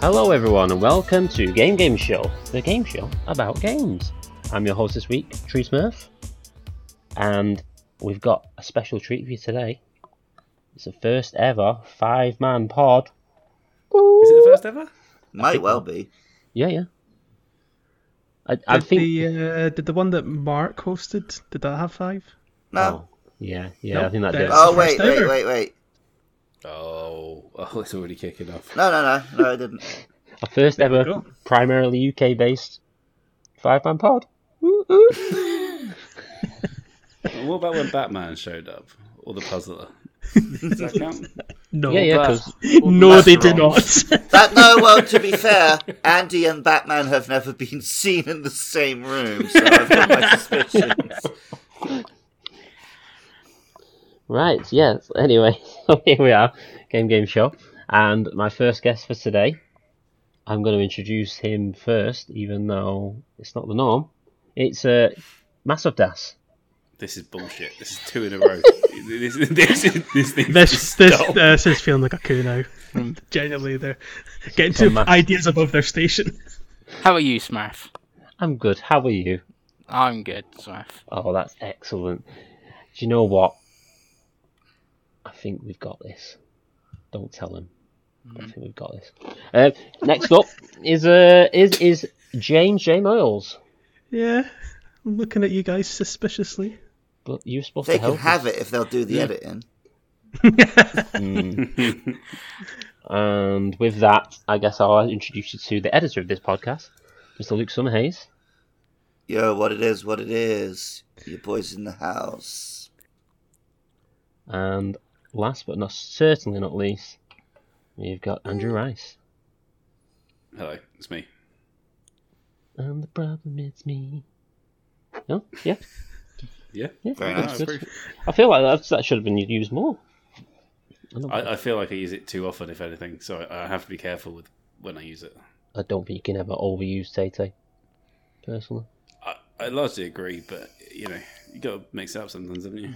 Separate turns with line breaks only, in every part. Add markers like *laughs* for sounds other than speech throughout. Hello, everyone, and welcome to Game Game Show, the game show about games. I'm your host this week, Tree Smurf, and we've got a special treat for you today. It's the first ever five man pod.
Is it the first ever?
Might well be.
Yeah, yeah. I, I
did
think.
the uh, did the one that Mark hosted did that have five?
No.
Oh, yeah, yeah, I
uh, Nope,
think that
there's-
did.
Oh,
the
wait,
first
wait,
ever.
wait, wait.
Oh, oh, it's already kicking off.
No, no, no, no, I didn't.
A first
we
ever,
go.
primarily UK based five man pod. Woo, woo.
What about when Batman showed up or the Puzzler? Does that count?
No,
yeah, yeah,
that-
because
no,
that's
they did
wrong.
not. *laughs*
That, no, well, to be fair, Andy and Batman have never been *laughs* seen in the same room, so I've got my suspicions.
Right, yes. *laughs* Anyway, so here we are, Game Game Show. And my first guest for today, I'm going to introduce him first, even though it's not the norm. It's uh, Massive Das.
This is bullshit. This is two in a row. this, is- this, is- this, needs to
this this uh,
stop.
this is feeling like a coup now. Genuinely, they're getting
Come
to
on.
ideas above their station.
How are you, Smurf?
I'm good. How are you?
I'm good, Smurf.
Oh, that's excellent. Do you know what? I think we've got this. Don't tell him. I think we've got this. Uh, next up is uh, is is James J. Miles.
Yeah, I'm looking at you guys suspiciously.
But you're supposed
They
to help.
can have it if they'll do the editing.
And with that, I guess I'll introduce you to the editor of this podcast, Mr. Luke Summerhays.
Yo, what it is, what it is. Your boy's in the house.
And last but not certainly not least, we've got Andrew Rice.
Hello, it's me.
And the problem is me. No? Yeah?
Yeah.
Yeah.
Very
that's
nice.
No, I
good.
appreciate-
I feel like that's, that should have been used more. I don't,
I, I feel like I use it too often, if anything, so I, I have to be careful with when I use it.
I don't think you can ever overuse Tay personally.
I, I largely agree, but you know, you got to mix it up sometimes, haven't you?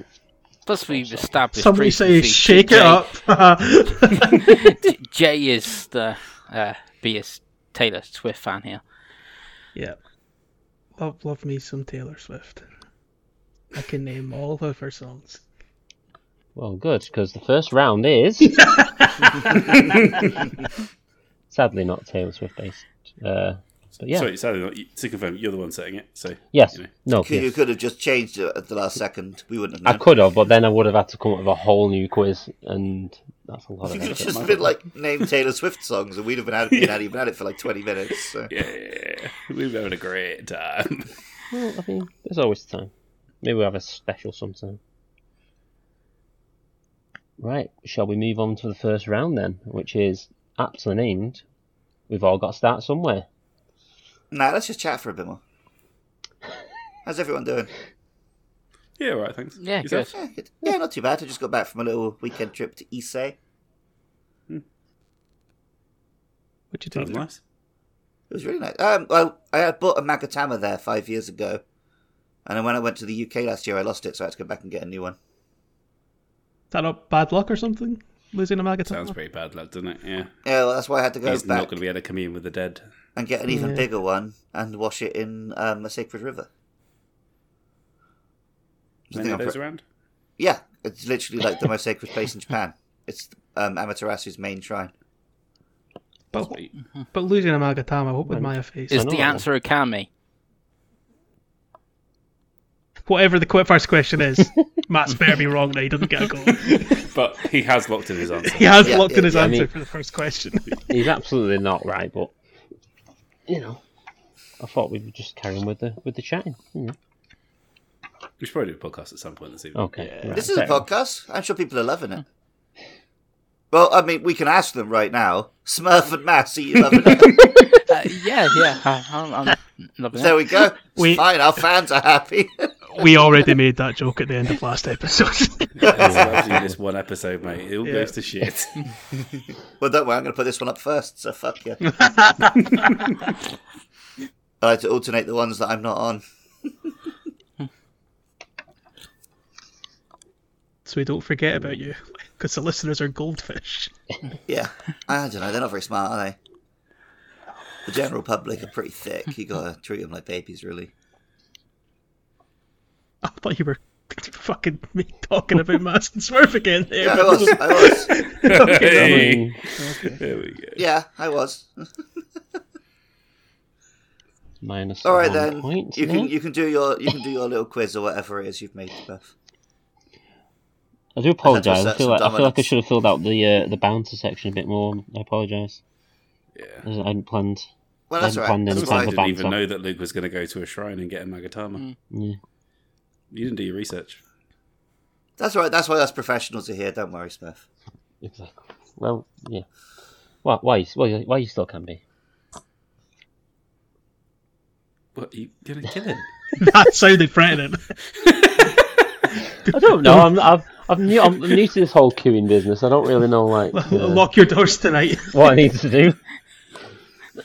Plus, we've established.
Somebody say,
previously
shake
that
it up.
*laughs*
*laughs*
J- Jay is the uh, B is Taylor Swift fan here.
yeah, love love me some Taylor Swift. I can name all of her songs.
Well, good, because the first round is. Sadly, not Taylor Swift based. Uh, but yeah.
Sorry, sadly, not, you- to confirm, you're the one setting it. So
Yes.
you know.
No.
You
yes.
could have just changed it at the last second. We wouldn't have known.
I could have, but then I would have had to come up with a whole new quiz, and that's a lot
You
of
could have
effort.
just been like, name Taylor Swift songs, and we'd have been at it, been at it, been at it for like 20 minutes. So.
yeah, we've having a great time. *laughs*
Well, I mean, there's always time. Maybe we'll have a special sometime. Right, shall we move on to the first round then, which is aptly named We've All Got to Start Somewhere.
Nah, let's just chat for a bit more. How's everyone doing?
Yeah, all right, thanks.
Yeah,
Yourself?
good.
Yeah, good. yeah, not too bad. I just got back from a little weekend trip to Issei.
What you
Sounds
do?
nice.
It was really nice. Um, well, I had bought a Magatama there five years ago, and then when I went to the UK last year, I lost it, so I had to go back and get a new one.
that not bad luck or something? Losing a Magatama?
Sounds pretty bad luck, doesn't it? Yeah,
Yeah, well, that's why I had to go
he's not
back
going to be able to commune with the dead.
and get an even
Yeah.
bigger one and wash it in um, a sacred river. So I
Many
think
of
I'm
those
pre-
around?
yeah, it's literally like the most sacred place in Japan. It's um, Amaterasu's main shrine.
but,
Sweet.
but losing a Magatama, what would Maya face?
Is
know
the
that one.
answer Okami?
Whatever the qu- first
*laughs*
question is, Matt's better be wrong now. He doesn't get a goal.
But he has locked in his answer.
He has
Yeah,
locked in his
yeah, I
answer
mean-
for the first question. *laughs*
He's absolutely not right, but you know, I thought we would just carry on with the with the chatting. Hmm. you know.
We should probably do a podcast at some point this evening.
Okay, right,
This is a
fair enough.
podcast. I'm sure people are loving it. Well, I mean, we can ask them right now. Smurf and Mass, are you loving it?
Uh, yeah,
*laughs*
yeah. I, I'm, I'm loving
There
it.
we go. It's
We-
fine. Our fans are happy. *laughs*
we already made that joke at the end of last episode. *laughs*
It's actually this one episode, mate. It all
Yeah.
goes
*laughs*
to shit.
well, don't worry. I'm going to put this one up first. So fuck you. I like to alternate the ones that I'm not on.
so we don't forget about you, because the listeners are goldfish. *laughs*
Yeah. I don't know. They're not very smart, are they? the general public are pretty thick. You gotta treat them like babies, really.
I thought you were *laughs* fucking me talking about Mass and Smurf again there.
Yeah, I
but-
was. I was. *laughs*
okay,
Hey. *laughs*
okay.
There we go.
Yeah, I was.
Minus
All right
one
then.
point.
you
there.
can you can do your you can do your little quiz or whatever it is you've made, Beth.
I do apologise. I
set
feel
some
like I feel like I
dominance.
should have filled out the uh, the bouncer section a bit more. I apologise.
Yeah.
I hadn't planned.
Well, that's
Then
all
plan
right.
then.
Sometimes
That's
time
I
for
didn't even
banter.
know that Luke was going to go to a shrine and get a Magatama.
Mm.
Yeah.
You didn't do your research.
That's all right. That's why us professionals are here. Don't worry, Smith.
Exactly. Well, yeah. Why? Why? you- Well, you- why you still can be?
What? Are you going to kill him?
*laughs* that sounded threatening.
I don't know. I'm I've, I'm new. I'm new to this whole queuing business. I don't really know like *laughs* uh,
*laughs* Lock your doors tonight. *laughs*
what I need to do.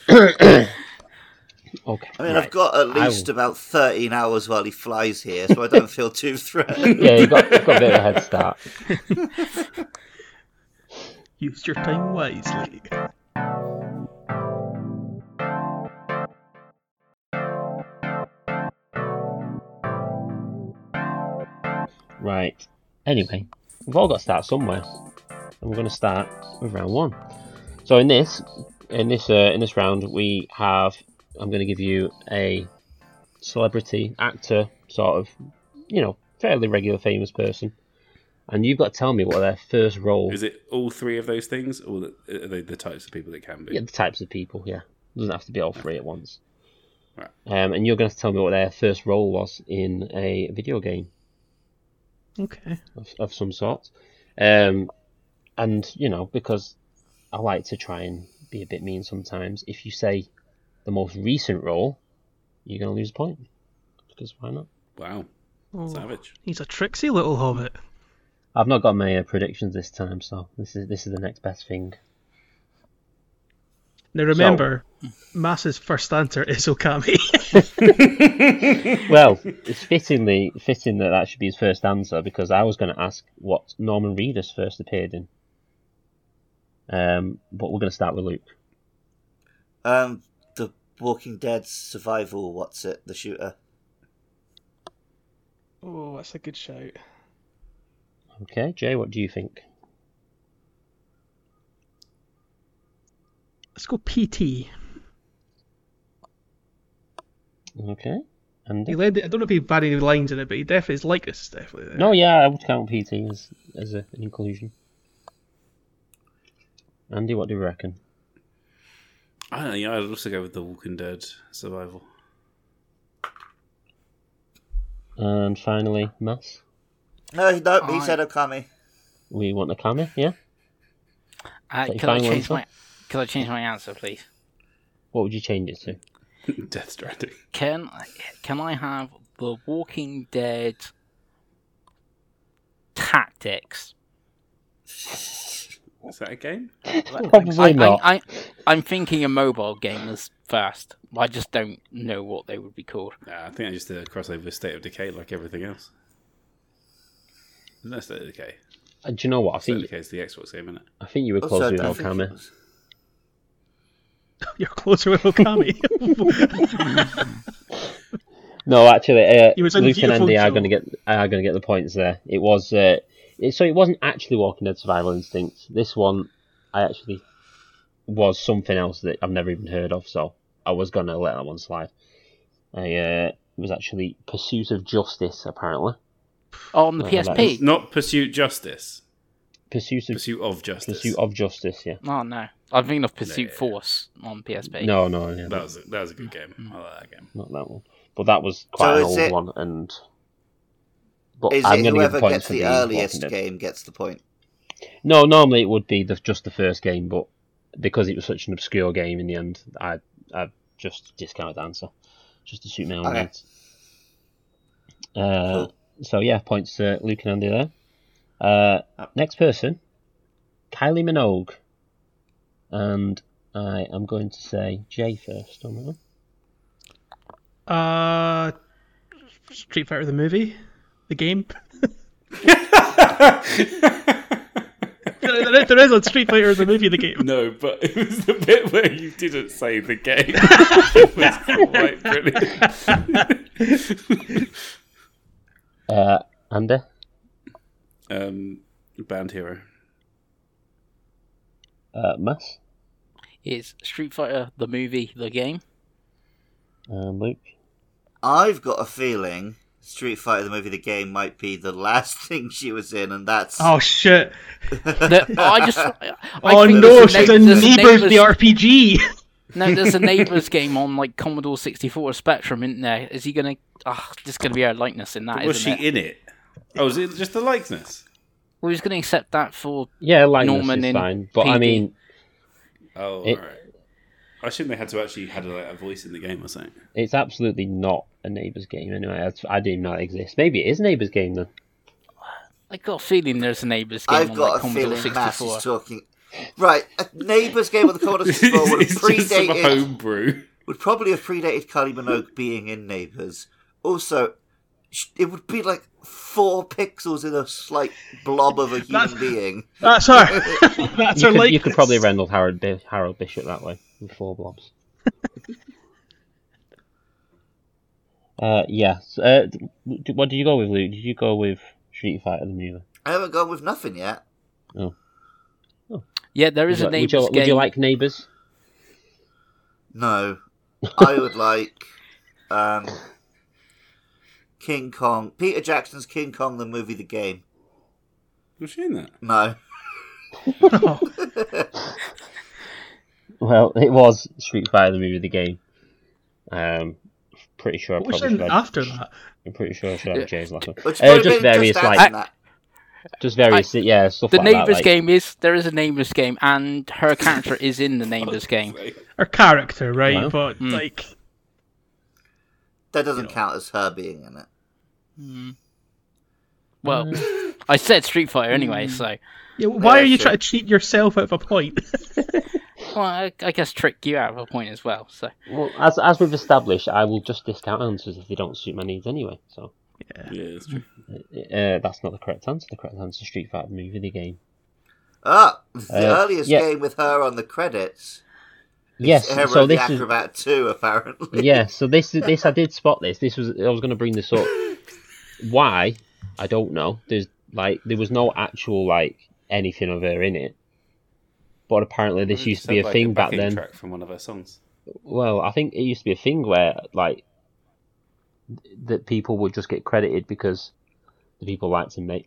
*coughs* okay.
I mean,
right.
I've got at
I
least about thirteen hours while he flies here, so I don't feel too *laughs* threatened.
Yeah, you've got, you've got a bit of a head start.
Use your time wisely.
Right. Anyway, we've all got to start somewhere, and we're going to start with round one. So in this, in this, uh, in this round, we have. I'm going to give you a celebrity actor, sort of, you know, fairly regular famous person, and you've got to tell me what their first role.
Is it all three of those things, or the- are they the types of people that can be?
Yeah, the types of people. Yeah, doesn't have to be all three at once.
Right.
Um, and you're going to tell me what their first role was in a video game.
Okay.
of, of some sort. Um, and you know, because I like to try and be a bit mean sometimes. If you say the most recent role, you're gonna lose a point because why not?
Wow,
Oh,
savage.
he's a tricksy little hobbit.
I've not got my uh, predictions this time, so this is this is the next best thing.
Now remember, Mass's first answer is Okami. *laughs*
Well, it's fittingly fitting that that should be his first answer because I was going to ask what Norman Reedus first appeared in. Um, but we're going to start with Luke.
Um, the Walking Dead survival. What's it? The shooter.
oh, that's a good shout.
Okay, Jay, what do you think?
Let's go PT.
Okay, and
He led. I don't know if he had any lines in it, but he definitely his likeness is definitely there.
No, yeah, I would count PT as, as a, an inclusion. Andy, what do you reckon?
I don't know. Yeah, I'd also go with the Walking Dead survival. *laughs*
And finally, Mass.
No, no, he
I-
said Okami.
We want a camera, yeah?
Uh,
Take
could I
final
change
answer.
my could I change my answer, please?
What would you change it to?
Death Stranding.
Can I- can I have the Walking Dead tactics?
Is that a game?
Probably
I,
not.
I, I, I'm thinking a mobile game is first. I just don't know what they would be called.
Nah, I think I just did a crossover with State of Decay, like everything else. No, State of Decay.
Uh, do you know what? I
State of
think
Decay is the Xbox game, isn't it?
I think you were
Also,
close
I
with
don't think it
Okami.
was-
*laughs* You're closer with Okami. *laughs*
No, actually, uh,
He was in
Luke and
Beautiful
Andy are
Joe.
going to get are going to get the points there. It was uh, it, so it wasn't actually Walking Dead Survival Instinct. This one, I actually was something else that I've never even heard of. So I was going to let that one slide. I uh, it was actually Pursuit of Justice, apparently.
Oh, on the
No, that
PSP.
Not Pursuit Justice.
Pursuit of
Pursuit of Justice.
Pursuit of Justice. Yeah.
Oh no, I'm thinking of Pursuit
Nah.
Force on PSP.
No, no, yeah,
That was a, that was a good game. I like that *laughs* game.
not that one. But that was quite an
is
old
it-
one, and but
Is
I'm
it
going to give
whoever
points
gets
for
the
being Walking
earliest
Dead.
game gets the point?
No, normally it would be the, just the first game, but because it was such an obscure game in the end, I I just discounted the answer just to suit my own
Okay.
needs. Uh, So yeah, points to Luke and Andy there. Uh, next person, Kylie Minogue, and I am going to say Jay first. On that.
uh, Street Fighter the movie, the game. *laughs* there, is- there is on Street Fighter the movie, the game.
No, but it was the bit where you didn't say the *laughs* game. it was quite brilliant. *laughs*
Uh, Andy?
um, Band Hero.
Uh, Mass?
It's Street Fighter, the movie,
*laughs*
the game.
Uh, Luke?
I've got a feeling Street Fighter the movie, the game might be the last *laughs* thing she was in, and that's
Oh shit!
No, I just. I
Oh
think
no,
there's a
she's
neigh-
in
there's a
Neighbours
*laughs*
the RPG.
No, there's *laughs* a neighbors game on like Commodore 64 Spectrum, isn't there? Is he gonna? Ah, there's gonna be a likeness in that,
was she
not it?
in it? Oh, was it just the likeness?
Well, he's gonna accept that for.
Yeah, likeness
Norman
is
in
fine, but I
PD.
mean,
Oh,
It-
all right. I assume they had to actually had like, a voice in the game or
*laughs*
something.
it's absolutely not a neighbours game anyway. That's- I didn't even know that exists. Maybe it is neighbours game then.
I got a feeling there's a neighbors game
I've
on
got
like,
a
Commodore
feeling Mass
64.
is talking. Right, a neighbours game with the
*laughs*
Commodore 64 would
*laughs*
have
it's just some
predated
homebrew.
would probably have predated Kylie Minogue being in Neighbours. Also, sh- it would be like four pixels in a slight blob
*laughs*
of a
That's-
human being.
That's
*laughs*
her. That's
You
her.
could,
Like
you could probably
*laughs*
render Harold, Bi- Harold Bishop that way with four blobs. uh, yes. Uh, d- d- what did you go with, Luke? Did you go with Street Fighter the movie?
I haven't gone with nothing yet.
Yeah, there
Would
is
you,
a
like- would,
neighbors
you, would
game.
you like Neighbours?
No, I
*laughs*
would like um, King Kong. Peter Jackson's King Kong, the movie, the game.
Was she in that?
No,
Oh,
Well, *laughs* it was Street Fighter the movie, the game. Um, pretty sure I
what was
probably
in
should have,
after that?
I'm pretty sure I should have James last one.
which
Uh,
probably
just
just
various
just
like
adding that.
just various yeah stuff
the
like
neighbors
that. Like,
game is there is a neighbors game, and her character is in
*laughs*
the neighbors game.
Her character, right?
Wow. Hmm.
But
Mm.
like,
That doesn't count as her being in it.
Well,
Mm.
*laughs* I said Street Fighter anyway, so
yeah, why
Yeah,
are you
sure.
trying to cheat yourself out of a point? *laughs*
well, I, I guess trick you out of a point as well. So
Well, as as we've established, I will just discount answers if they don't suit my needs anyway. So
Yeah, that's true.
uh, that's not the correct answer. The correct answer is Street Fighter the movie, the game.
Ah, the
Uh,
earliest
yeah.
game with her on the credits.
Yes,
Hero
so
the
this is
Acrobat 2, apparently.
*laughs*
*laughs*
yeah. So this is this I did spot this. This was I was going to bring this up. Why? I don't know. There's like there was no actual like anything of her in it, but apparently this used to be a
Sound like
thing back
backing
then.
Track from one of her songs.
Well, I think it used to be a thing where like th- that people would just get credited because the people liked him, mate.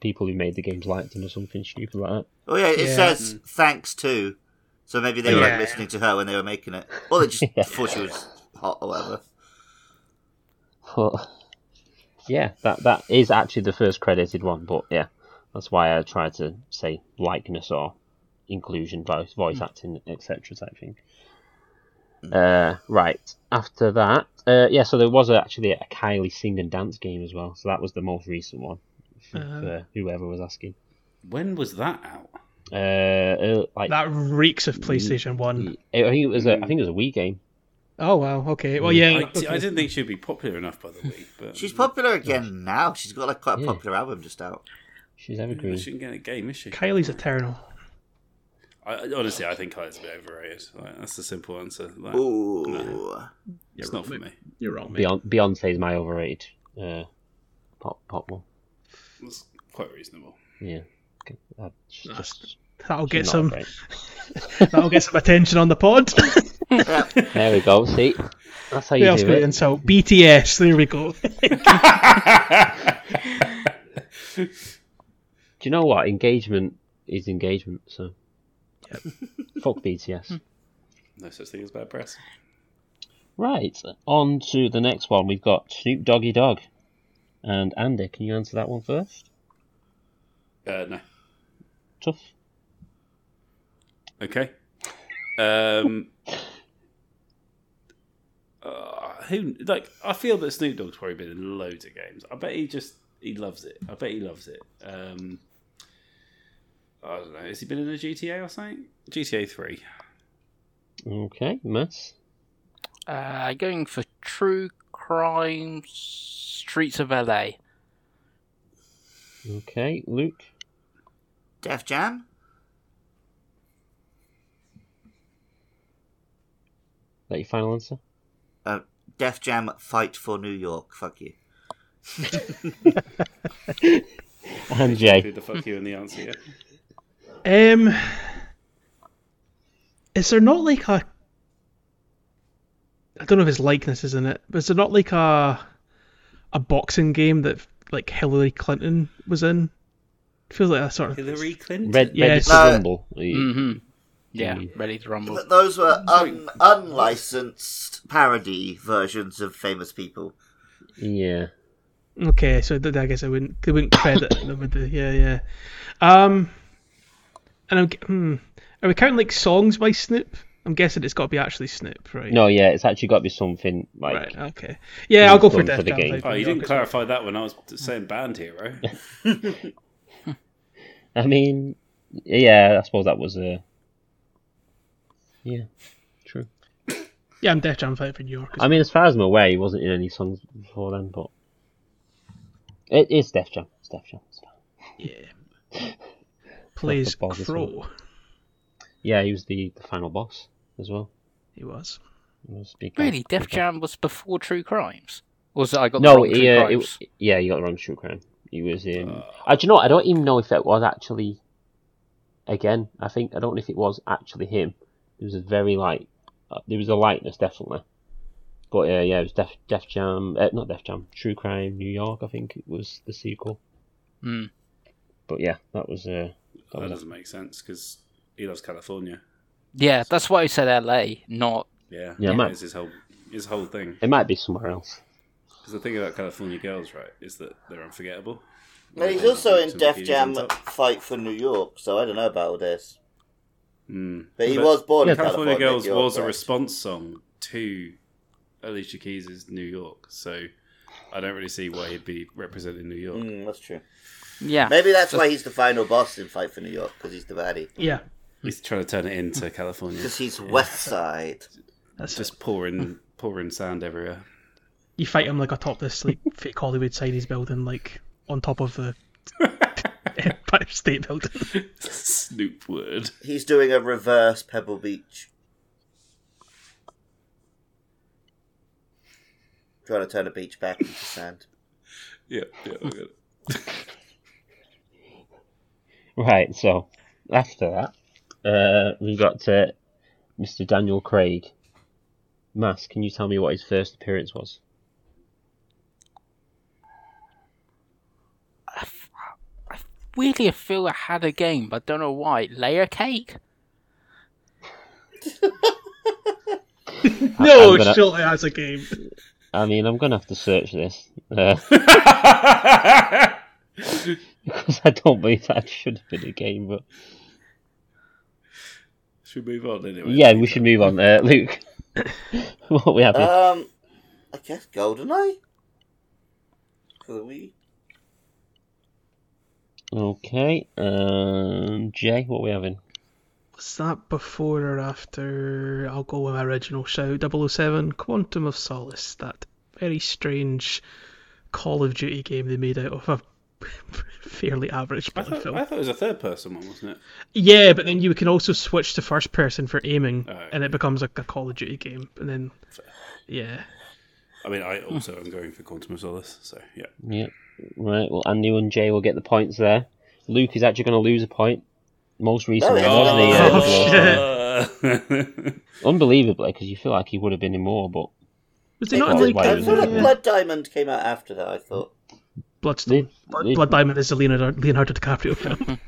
People who made the games liked him or something stupid like that.
Oh, yeah, it
Yeah. Mm.
says thanks to. So maybe they were
Yeah.
like, listening to her when they were making it. Or they
*laughs*
just thought she was hot or whatever.
But yeah, that that is actually the first credited one. But yeah, that's why I tried to say likeness or inclusion, voice, voice
Hmm.
acting, etc. type thing. Uh, right after that, uh, yeah. So there was actually a Kylie sing and dance game as well. So that was the most recent one for,
Uh-huh.
for whoever was asking.
When was that out?
Uh, uh, like
that Hmm. reeks of PlayStation One.
I think it was a I think it was a Wii game.
Oh well, okay. Well,
*laughs*
yeah.
I,
okay.
I didn't think she'd be popular enough by the way. But mm,
She's popular again now. She's got like quite a
Yeah.
popular album just out.
She's
She
evergreen.
shouldn't get a game, is she?
Kylie's eternal.
I, I- honestly, I think Kylie's a bit overrated. Like, that's the simple answer. Like,
Ooh.
it's not for me.
You're wrong, mate.
Beyonce Beyonce's my overrated uh, pop pop one.
It's quite reasonable.
Yeah. Okay. Uh, she's
That's-
just-
That'll
she's
get
not
some.
great.
*laughs* That'll get some attention on
*laughs*
the pod.
There we go. See, that's how
Who
you
else
do
could it
it.
insult? BTS. There we go.
Do
*laughs*
you know what? Engagement is engagement. So, *laughs* fuck BTS.
No such thing as bad press.
Right. On to the next one. We've got Snoop Doggy Dog. And Andy, can you answer that one first?
Uh, no.
Tough.
Okay. Um, uh, who like? I feel that Snoop Dogg's probably been in loads of games. I bet he just he loves it. I bet he loves it. Um, I don't know. Has he been in a GTA or something? GTA Three.
Okay, Mass.
uh, going for True Crime Streets of LA.
Okay, Luke.
Def Jam?
that your final answer?
Uh, Def Jam, fight for New York. Fuck you.
And Jay.
Who the fuck you in the answer? Yeah.
Um, is there not like a? I don't know if it's likeness is in it, but is there not like a, a boxing game that like Hillary Clinton was in? Feels like that sort
*laughs*
of.
Hillary Clinton.
Red,
Yeah,
Ready to
it's-
Rumble.
Mm-hmm. Yeah, ready to rumble.
But those were un- unlicensed parody versions of famous people.
Yeah.
Okay, so th- I guess I wouldn't they wouldn't credit them with the yeah yeah, um, and I'm g- hmm, are we counting like songs by Snoop? I'm guessing it's got to be actually Snoop, right?
No, yeah, it's actually got to be something like.
Right. Okay. Yeah, I'll go for
going
Def
for the
Jam.
game.
Fight for
Oh,
New
you
York
didn't
as well.
clarify that one. I was saying band hero.
I mean, yeah, I suppose that was a. Yeah, true.
Yeah, I'm Def Jam fight for New York.
I mean, as far as I'm aware, he wasn't in any songs before then, but it is Def Jam. It's Def Jam. It's fine.
yeah. Plays
ball this
Crow.
Yeah, he was the, the final boss as well.
He was.
He was big guy.
Really, Def Jam was before True Crimes, or was it I got the
No,
wrong True
he, uh, it,
Crimes?
yeah, you got the wrong true crime. He was in. I do you know? what? I don't even know if it was actually. Again, I think I don't know if it was actually him. It was a very light. Uh, there was a lightness definitely, but uh, yeah, it was Def Def Jam. Uh, not Def Jam. True Crime New York. I think it was the sequel.
Hmm.
But yeah, that was. Uh, that
That
was
doesn't make sense because he loves California.
Yeah, that's why I said L.A., not
Yeah,
Yeah, mate.
It's his whole his whole thing.
it might be somewhere else. *laughs*
Because the thing about California girls, right, is that they're unforgettable.
Well, he's
They're
also
not
in
to
Def
Bikinis
Jam,
on top.
fight for New York. So I don't know about all this.
Mm.
But he was born in
California,
California.
Girls
you're
was a
correct.
response song to Alicia Keys' New York, so I don't really see why he'd be representing New York.
Mm, that's true.
yeah.
Maybe that's why he's the final boss in Fight for New York because he's the baddie.
Yeah.
He's trying to turn it into California.
Because he's West Side.
That's just
Just pouring pouring sand everywhere.
you fight him like atop this like fake Hollywood sign he's building like on top of
*laughs*
the Empire State Building.
Snoop word.
He's doing a reverse Pebble Beach. Trying to turn a beach back
*laughs*
into sand.
Yeah, yeah, I got it.
Right, so after that, uh, we've got uh, Mr. Daniel Craig. Mass, can you tell me what his first appearance was?
Weirdly, I feel I had a game, but I don't know why. Layer cake.
no,
I'm gonna-
surely that's a game.
I mean, I'm gonna have to search this uh, *laughs*
*laughs*
because I don't believe that should have been a game. But
Should we move on anyway?
yeah, we should move on. Uh, *laughs* Luke, what we have? here?
Um, I guess GoldenEye? Could we?
okay, um, Jay, what we having?
Was that before or after? I'll go with my original shout 007 Quantum of Solace, that very strange Call of Duty game they made out of a *laughs* fairly average
I
Bond
thought,
film.
I thought it was a third person one, wasn't it?
Yeah, but then you can also switch to first person for aiming,
Oh,
and it becomes like a Call of Duty game. And then, yeah,
I mean, I
Hmm.
also am going for Quantum of Solace, so yeah.
Yeah, right. Well, Andy and Jay will get the points there. Luke is actually going to lose a point. Most recently,
it's
wasn't he,
not.
uh,
Oh,
was-
shit.
unbelievably, because you feel like he would have been in more, but
was it not
was
like uh,
why
I
he
feel like
didn't.
Blood Diamond came out after that, I thought.
Bloodstone?
they-
Blood,
they-
Blood Diamond is the Leonardo, Leonardo
*laughs*
DiCaprio film.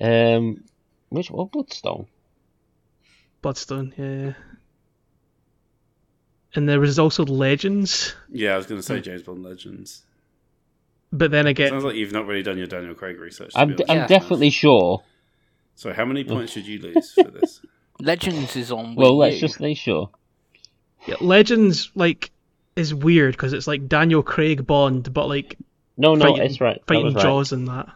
Um, which one? Bloodstone.
Bloodstone, yeah. And there was also Legends,
*laughs* yeah, I was going to
Hmm.
say James Bond Legends.
but then again,
Sounds like you've not really done your Daniel Craig research. to
I'm,
be
d-
honest.
I'm
Yeah.
definitely sure.
So, how many points should you lose for
*laughs*
this?
Legends is on.
Well,
Wii
let's
U.
just be sure.
yeah, Legends like is weird because it's like Daniel Craig Bond, but like
Oh, No, no,
fighting,
it's right. that
fighting
was right.
Jaws and that,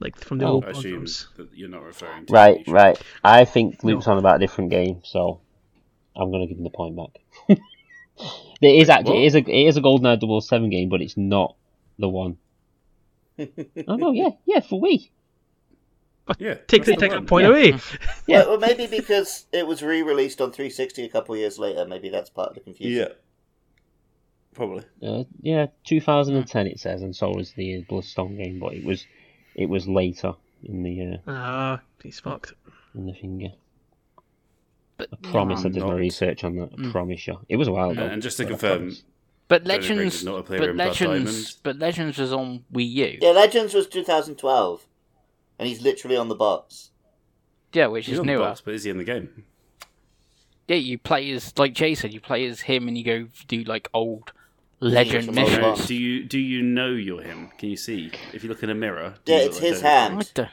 like from the
Oh.
old
I
Bond
assume
films.
that you're not referring to.
Right,
Unusual.
right. I think Luke's on about a different game, so I'm gonna give him the point back. *laughs* it is actually it is a it is a GoldenEye 007 game, but
*laughs*
it's not the one. oh no, yeah, yeah, for we.
Yeah,
Take the,
that's
take
one.
that point
yeah. *laughs*
away.
Yeah.
Well, well, maybe because it was re-released on 360 a couple of years later. Maybe that's part of the
Yeah,
confusion.
probably.
Uh, yeah, 2010 it says, and so was the Bloodstone game, but it was it was later in the uh,
Ah, he's fucked.
in the finger.
But
I promise I
I'm
did my
not.
research on that. I
Mm.
promise you, it was a while ago.
And just to
but I
confirm,
promise.
but
Tony Briggs is
Legends,
not a player
but
in Blood
Legends,
Diamond.
but Legends was on Wii U.
Yeah, Legends was 2012, and he's literally on the box.
Yeah, which
He's
is
on the
newer.
box, but is he in the game?
Yeah, you play as like Jason. You play as him, and you go do like old legend
from old
missions.
Box.
Oh, Do you do you know you're him? Can you see if you look in a mirror? do
Yeah,
you
it's
look like
his
David Bowie?
hand.
What the?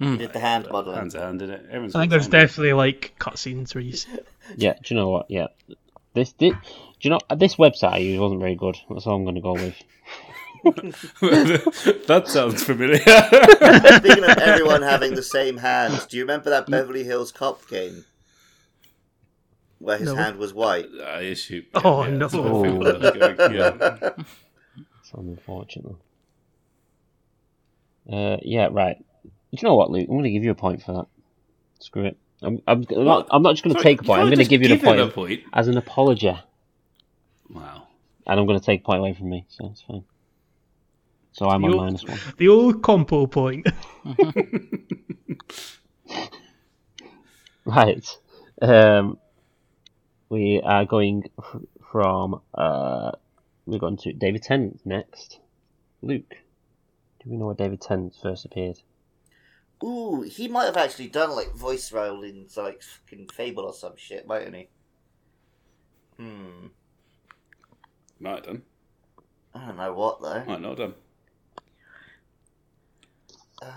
He did the hand modeling.
Hands a hand in it. Everyone's
I think
got
there's
a hand.
definitely like cutscenes where you see.
Yeah, do you know what? Yeah, this did. Do you know this website I used wasn't very good. That's all I'm going to go with.
*laughs* that sounds familiar.
*laughs*
Speaking of everyone having the same hands, do you remember that Beverly Hills Cop game where his
No.
hand was white?
I issue.
Oh, no.
that's what I think that was going-
*laughs*
yeah.
That's unfortunate. Uh, yeah, right. Do you know what, Luke? I'm going to give you a point for that. Screw it. I'm, I'm, I'm not. I'm not just going to
Sorry,
take a
you
point. I'm
can't
going to
just
give you the
him
point, as an apology,
Wow.
and I'm going to take a point away from me, so it's fine. So I'm on
You're-
minus one. *laughs*
The old compo point. *laughs*
Right. Um, we are going f- from. Uh, we're going to David Tennant next. Luke. Do we know where David Tennant first appeared?
Ooh, he might have actually done like voice role in like fucking Fable or some shit, mightn't he? Hmm.
Might have done.
I don't know what though.
Might not have done.
Uh,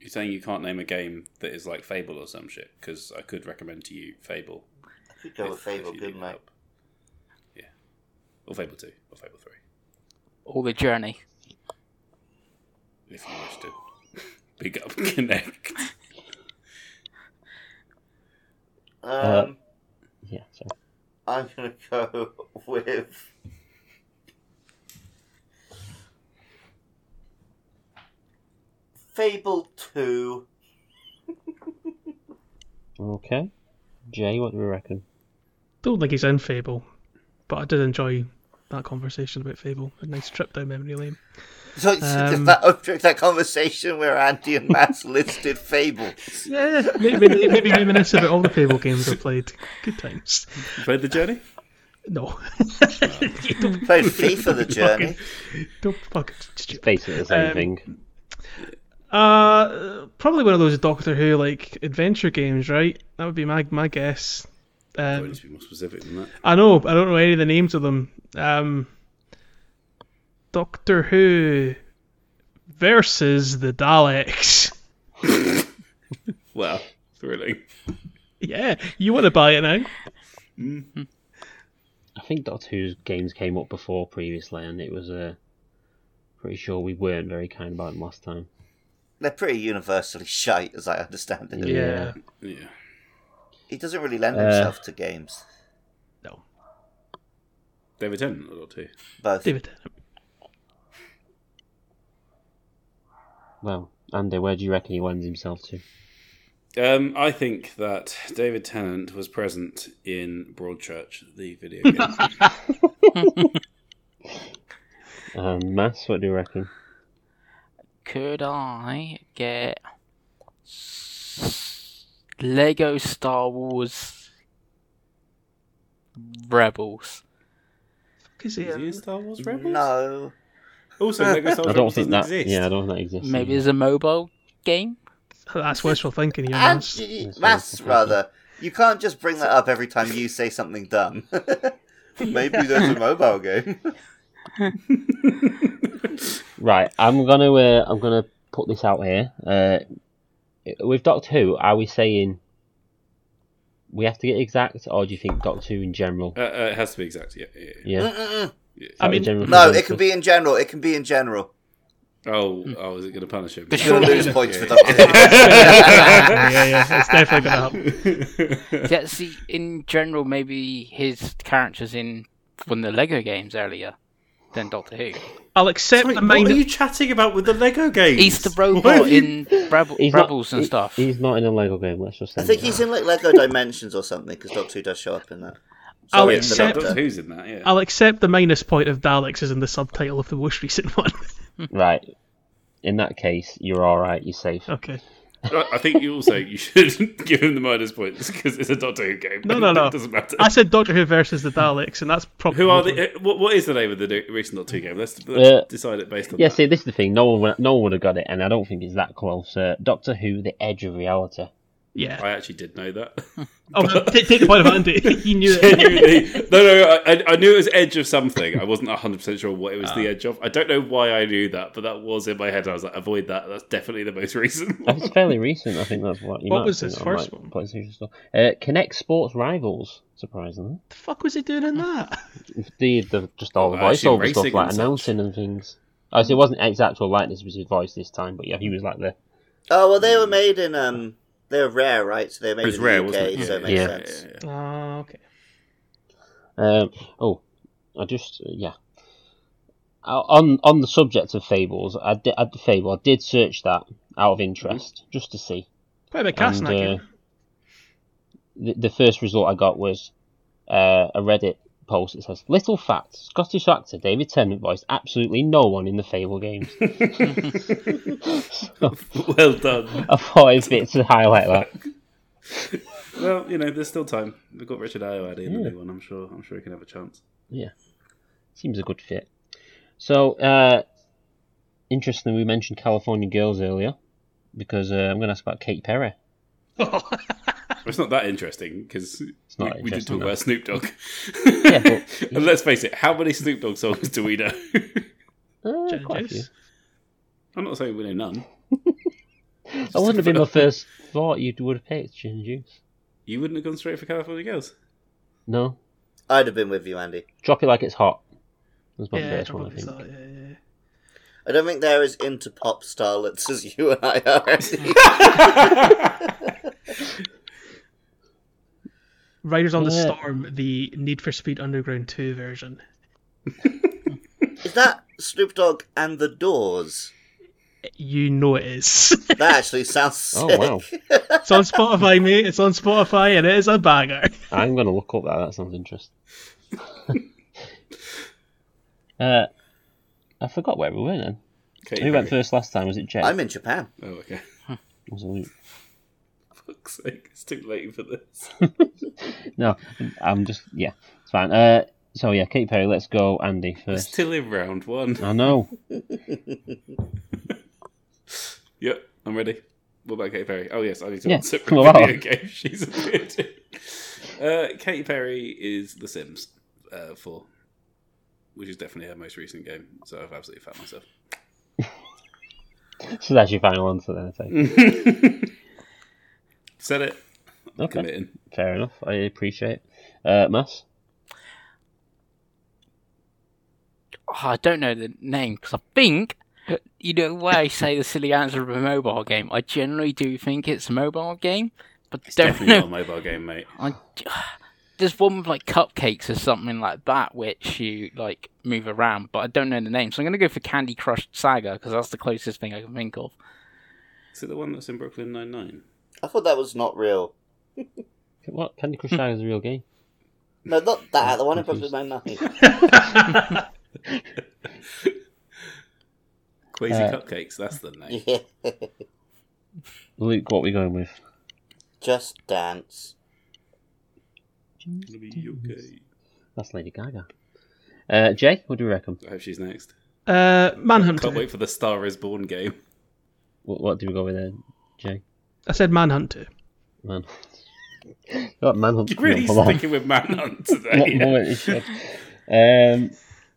You're saying you can't name a game that is like Fable or some shit? Because I could recommend to you Fable.
I could go
if-
with
if
Fable,
you
couldn't
need
I?
help. Yeah. Or Fable 2, or Fable 3,
All the journey.
if you wish to *laughs* pick up Connect.
Um,
Yeah, so
I'm gonna go *laughs* with. Fable 2.
Okay. Jay, what do we reckon?
Don't think he's in Fable, but I did enjoy that conversation about Fable. A nice trip down memory lane.
So it's
Um,
that, that conversation where Andy and Matt listed Fable.
Yeah, *laughs* maybe maybe reminisce about all the Fable games I've played. Good times.
You played The
*laughs*
Journey?
No, *laughs*
Played FIFA the journey.
don't fucking stupid.
Basically the same
Um,
thing.
Uh, probably one of those Doctor Who like adventure games, right? That would be my my guess.
I
Um,
need to be more specific than that.
I know, but I don't know any of the names of them. Um, Doctor Who versus the Daleks. *laughs*
Wow. Thrilling.
Yeah, you want to buy it now?
I think Doctor Who's games came up before previously, and it was Uh, pretty sure we weren't very kind about them last time.
They're pretty universally shite, as I understand it.
Yeah.
Yeah.
He doesn't really lend
Uh,
himself to games.
No,
David Tennant, or two.
Both.
David. Tennant.
Well, Andy, where do you reckon he lends himself to?
Um, I think that David Tennant was present in Broadchurch, the video
*laughs*
game.
Oh,
Um, Mass, what do you reckon?
Could I get s- Lego Star Wars Rebels?
Is he
Is he
in?
in Star Wars Rebels?
*laughs* No.
Also, Lego Star Wars
I don't
Rebels
think
doesn't
that.
exist.
Yeah, I don't think that exists.
Maybe it's a mobile
*laughs*
game.
That's wishful thinking. You're
Ah,
And
honest.
y-
Yes,
Mass,
yes, yes.
rather. You can't just bring that up every time you say something dumb. *laughs* Maybe there's a mobile game.
Right, I'm gonna uh, I'm gonna put this out here. Uh, with Doctor Who, are we saying we have to get exact, or do you think Doctor Who in general?
Uh, uh, it has to be exact. Yeah. yeah, yeah.
Yeah, Mm-hmm. Is that the
Mm-mm-mm.
mean-
general
uh, Mm, No, it
consensus?
can be in general. It can be in general.
Oh, oh, is it going to punish him?
The
You're going to lose points
*laughs*
for that.
yeah,
yeah, yeah, yeah, it's definitely gonna
*laughs*
happen.
Yeah, see, in general, maybe his characters in one of the Lego games earlier. than Doctor Who.
I'll accept
Wait,
the
what are
minor.
you chatting about with the Lego games?
He's *laughs* the
*laughs*
Why
robot
have you-
in Rebel,
He's
Rebels
not,
and
he-
stuff.
he's not in a Lego game. Let's just.
I
say
think
that.
he's in like Lego Dimensions or something because Doctor Who does show up in that.
Oh,
I'll
Sorry, it's the
accept.
Doctor
Doctor.
Who's in that? Yeah.
I'll accept the minus point of Daleks is in the subtitle of the most recent one. *laughs*
right. In that case, you're all right. You're safe.
okay.
I I think you also you should *laughs* give him the minus points because it's a Doctor Who game.
No, no,
*laughs*
no.
It doesn't matter.
I said Doctor Who versus the Daleks, and that's probably
Who are the? uh, What, what is the name of the new- recent Doctor Who game? Let's, let's
Uh,
decide it based on.
Yeah,
that.
see, this is the thing. No one, would- no one would have got it, and I don't think it's that close. Uh, Doctor Who: The Edge of Reality.
Yeah.
I actually did know that. *laughs*
Oh, take, take the point of Andy. *laughs* you knew it.
Genuinely, no, no. I, I- I knew it was edge of something. I wasn't hundred percent sure what it was
Ah.
the edge of. I don't know why I knew that, but that was in my head. I was like, avoid that. That's definitely the
*laughs*
most recent. One. *laughs*
It's fairly recent. I think that's what. You
What
might
was
have
his
seen it on,
first
like,
one?
PlayStation Store. Uh, Connect Sports Rivals. Surprisingly,
the fuck was he doing in that?
the, the just
Oh,
all the
Well, actually,
voiceover
racing
stuff, like
and such.
announcing and things. Oh, so it wasn't his actual likeness; it was his voice this time. But yeah, he was like the
Oh well, they were made in um, they were rare, right? So they were made
It was
in
rare,
the UK,
wasn't it?
so it
Yeah,
makes
yeah.
sense.
Yeah, yeah, yeah.
Oh, okay.
Um, oh, I just yeah. Uh, On on the subject of fables, I did, I, fable. I did search that out of interest just to see.
Quite a bit of cast in
And,
that
uh,
game.
The, the first result I got was uh, a Reddit post. It says, "Little fact: Scottish actor David Tennant voiced absolutely no one in the Fable games." *laughs* So,
Well done.
I thought it'd fit to highlight that.
Well, you know, there's still time. We've got Richard Ayoade in the new one. I'm sure. I'm sure he can have a chance.
Seems a good fit. So, uh, interestingly, we mentioned California Girls earlier because uh, I'm going to ask about Kate Perry. uh,
*laughs*
It's not that interesting because we,
not
we did
interesting,
talk
no.
about Snoop Dogg. *laughs*
but-
and let's face it, how many Snoop Dogg songs do we know? *laughs*
Uh, *laughs*
Jen
quite a few.
Jace.
I'm not saying we know none.
That wouldn't have been
*laughs*
my first thought you would have picked, Gin and Juice.
You wouldn't have gone straight for California Girls.
No?
I'd have been with you, Andy.
Drop It Like It's Hot. That's my
Yeah,
first one, I
probably
think.
so, yeah, yeah.
I don't think they're as into pop starlets as you and I are. Andy.
*laughs*
Riders on the
Yeah.
Storm, the Need for Speed Underground 2 version.
Is that Snoop Dogg and the Doors?
You know it is. *laughs*
That actually sounds sick.
*laughs* Oh, wow.
it's on Spotify, mate. It's on Spotify, and it is a banger.
I'm going to look up that. That sounds interesting. uh, I forgot where we were then.
Katy
Who went
Perry.
first last time? Was it Jay?
I'm in Japan.
Oh, okay.
Was it Luke?
fuck's sake, it's too late
*laughs*
for this.
No, I'm just, yeah, it's fine. Uh, so, yeah, Kate Perry, let's go, Andy,
It's
first.
still in round one.
I know.
Yep, I'm ready. What about Katy Perry? Oh yes, I need to
Yeah.
answer for
*laughs* Wow.
video game. *laughs* She's appeared. in. Uh, Katy Perry is The Sims uh, four, which is definitely her most recent game. So I've absolutely fat myself. *laughs*
So that's your final answer then, I think.
Said it. I'm
Okay.
committing.
Fair enough. I appreciate it. Uh, Mass?
Oh, I don't know the name because I think you know why I say the silly answer of a mobile game. I generally do think it's a mobile game, but
It's
don't
definitely
know.
not a mobile game, mate.
I, *sighs* there's one with like cupcakes or something like that, which you like move around, but I don't know the name. So I'm gonna go for Candy Crush Saga because that's the closest thing I can think of.
Is it the one that's in Brooklyn Nine Nine?
I thought that was not real.
What? Candy Crush Saga is a real game?
No, not that. The one in Brooklyn Nine
*laughs*
Nine.
Quazy
Uh,
Cupcakes. That's the name.
Yeah.
Luke, what are we going with?
Just Dance.
Gonna be okay.
That's Lady Gaga. Uh, Jay, what do you reckon?
I hope she's next.
Uh, Manhunt.
Can't
2.
wait for the Star Is Born game.
What, what do we go with there, Jay?
I said Manhunt 2.
Man. *laughs* Got Manhunt.
*laughs* You're really
coming up along.
sticking with Manhunt
*laughs*
today.
What
yeah.
more is there? Um,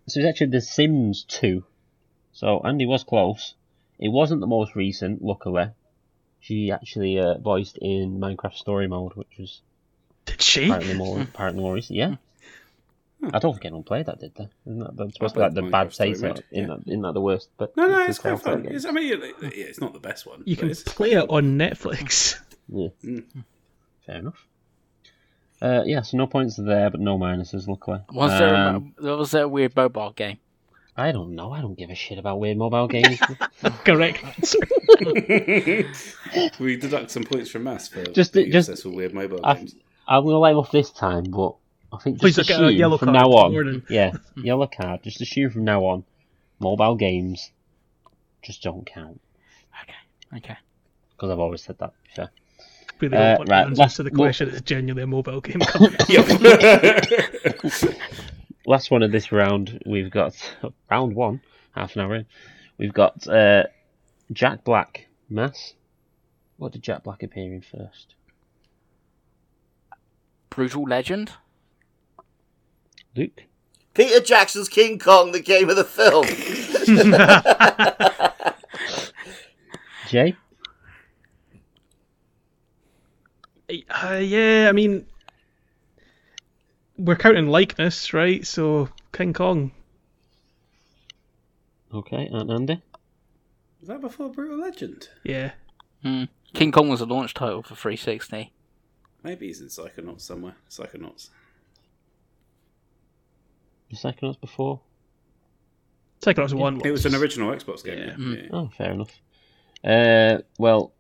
so it's actually The Sims 2. So Andy was close. It wasn't the most recent, luckily. She actually uh, voiced in Minecraft Story Mode, which was
Did she?
apparently
Hmm.
more apparently more recent. Yeah. I don't think anyone played that, did they? Isn't that that's supposed to be
played
like the
Minecraft
bad
Story
taste? of
Mode,
it? Isn't that, isn't that the worst? But
No, no,
the
it's quite
Telltale
fun.
game.
It's, I mean, it- it- it's not the best one.
You
but
can
it's-
play it on Netflix. *laughs*
Yeah.
Mm.
Fair enough. Uh, yeah, so no points there, but no minuses, luckily.
Was there a,
Um,
mo- there was a weird mobile game?
I don't know. I don't give a shit about weird mobile games. *laughs*
Correct answer.
*laughs* we deduct some points from mass for
Just-
just, being
just-
obsessed with weird mobile
I-
games. *laughs*
I'm gonna let him off this time, but I think
Please
just
don't get a
assume
yellow
from
card,
now on.
warning.
Yeah,
*laughs*
yellow card. Just assume from now on, mobile games just don't count
Okay. Okay.
because I've always said that. So.
Really
Uh,
uh,
right,
right,
let's-
answer to the
we'll-
question is genuinely a mobile
*laughs*
game company.
*laughs*
Last one of this round, we've got *laughs* round one, half an hour in. We've got uh, Jack Black mass. What did Jack Black appear in first?
Brutal Legend.
Luke.
Peter Jackson's King Kong, the game of the film.
Jay.
Uh, yeah, I mean, we're counting likeness, right? So King Kong.
Okay, and Andy.
Was that before Brutal Legend?
Yeah,
Hmm. King Kong was a launch title for 360.
Maybe he's in Psychonauts somewhere. Psychonauts.
The second was before.
Psychonauts one.
It was an original Xbox game. Yeah. yeah.
Oh, fair enough. Uh, well,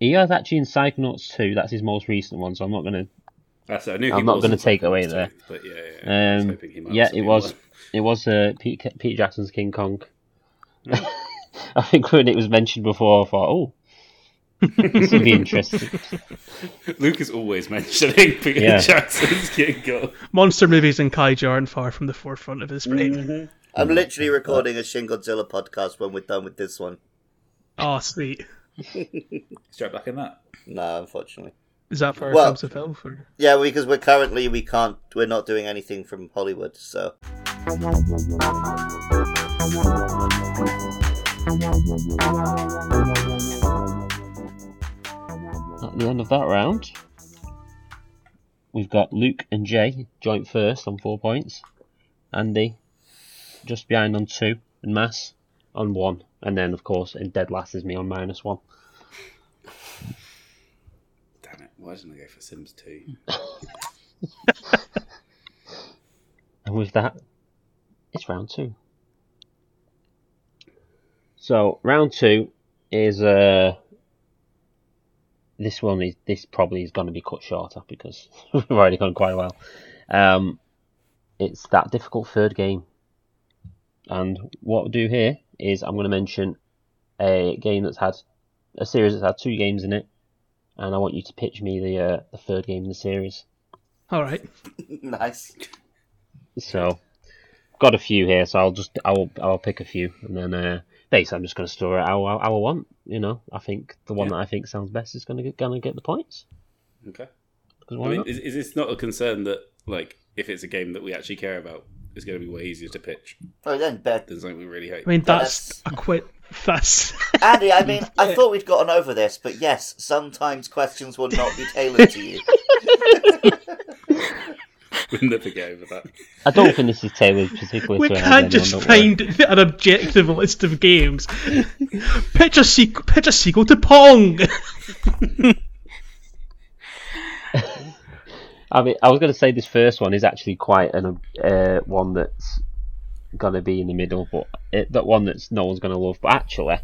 he is actually in Psychonauts 2. That's his most recent one, so I'm not going
That's it. I knew
I'm
he
not
was in
gonna take
Psychonauts
away
too,
there.
But yeah, yeah,
to.
yeah. I was
Um,
hoping he might
yeah,
also
it
be
was.
one.
It was uh, Pete, Peter Jackson's King Kong. *laughs* I think when it was mentioned before, I thought, oh, this
*laughs*
would be interesting.
*laughs* Luke is always *laughs* mentioning Peter
Yeah.
Jackson's *laughs* King Kong.
Monster movies and kaiju aren't far from the forefront of his brain.
Mm-hmm.
I'm literally recording a Shin Godzilla podcast when we're done with this one.
Oh, sweet.
Straight back in that.
No, unfortunately.
Is that for
Well-
films of film? Or...
Yeah, because we're currently we can't we're not doing anything from Hollywood, so
At the end of that round, we've got Luke and Jay joint first on four points. Andy just behind on two, and Mass on one. And then, of course, in dead last is me on minus one.
Damn it. Why didn't I go for Sims 2?
Hmm. And with that, it's round two. So round two is uh this one is this probably is going to be cut shorter because *laughs* we've already gone quite a while. Um, it's that difficult third game, and what we'll do here is I'm going to mention a game that's had a series that's had two games in it, and I want you to pitch me the uh, the third game in the series.
All right.
nice.
So, got a few here, so I'll just I'll I'll pick a few, and then uh, basically I'm just going to store it how, how, how I want. You know, I think the one that I think sounds best is going to going to get the points.
Okay.
'Cause
I
why
mean,
not?
is, is this not a concern that, like, if it's a game that we actually care about, it's going to be way easier to pitch
Oh then bed.
than something we really hate?
I mean,
that's-
that's a quit. That's
Andy, I mean I thought we'd gotten over this, but yes, sometimes questions will not be tailored to you.
*laughs* We'll never get over that.
I don't think this is tailored particularly.
*laughs* we
to
can't
anyone,
just
don't worry.
find an objective list
*laughs*
of games. pitch a sequel. Pitch a sequel to Pong.
I mean, I was going to say this first one is actually quite an uh, one that's going to be in the middle, but it, that one that's no one's going to love. But actually,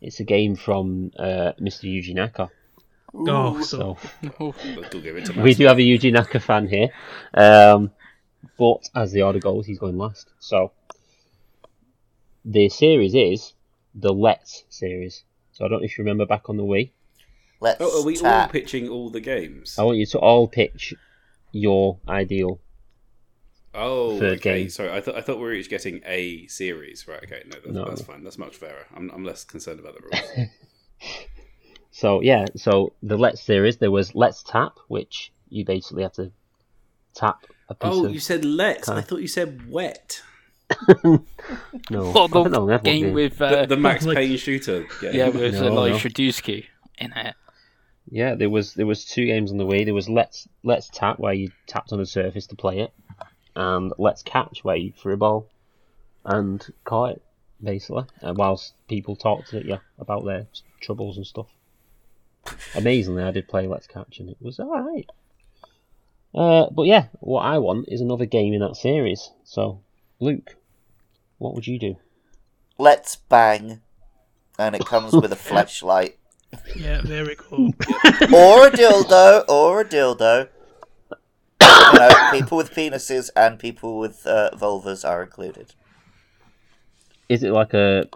it's a game from uh, Mr. Yuji Naka.
oh,
So
so
But we'll give it to
we
Matt.
do have a Yuji Naka fan here, um, but as the order goes, he's going last. So the series is the Let's series. So I don't know if you remember back on the Wii.
Let's
Oh, are we all
tap.
pitching all the games?
I want you to all pitch your ideal.
Oh,
third
okay.
game.
Sorry, I thought I thought we were each getting a series, right? Okay, no, that's,
No.
that's fine. That's much fairer. I'm, I'm less
*laughs*
concerned about the rules.
So yeah, so the Let's series there was Let's Tap, which you basically had to tap a piece
oh,
of.
you said let's. I thought you said wet.
No,
What
I don't know, we
the
had one
game
game.
with
The,
uh,
*laughs*
the Max
like-
Payne shooter. Game.
yeah with
No,
Eloy
no.
Shadusky in it.
Yeah, there was there was two games on the Wii. There was Let's Let's Tap where you tapped on a surface to play it, and Let's Catch where you threw a ball and caught it basically, and whilst people talked to you about their troubles and stuff. Amazingly, I did play Let's Catch and it was all right. Uh, but yeah, what I want is another game in that series. So, Luke, What would you do?
Let's bang, and it comes with a flashlight
Yeah, there
*laughs*
we go.
or a dildo, or a dildo. you know, people with penises and people with uh, vulvas are included.
Is it like a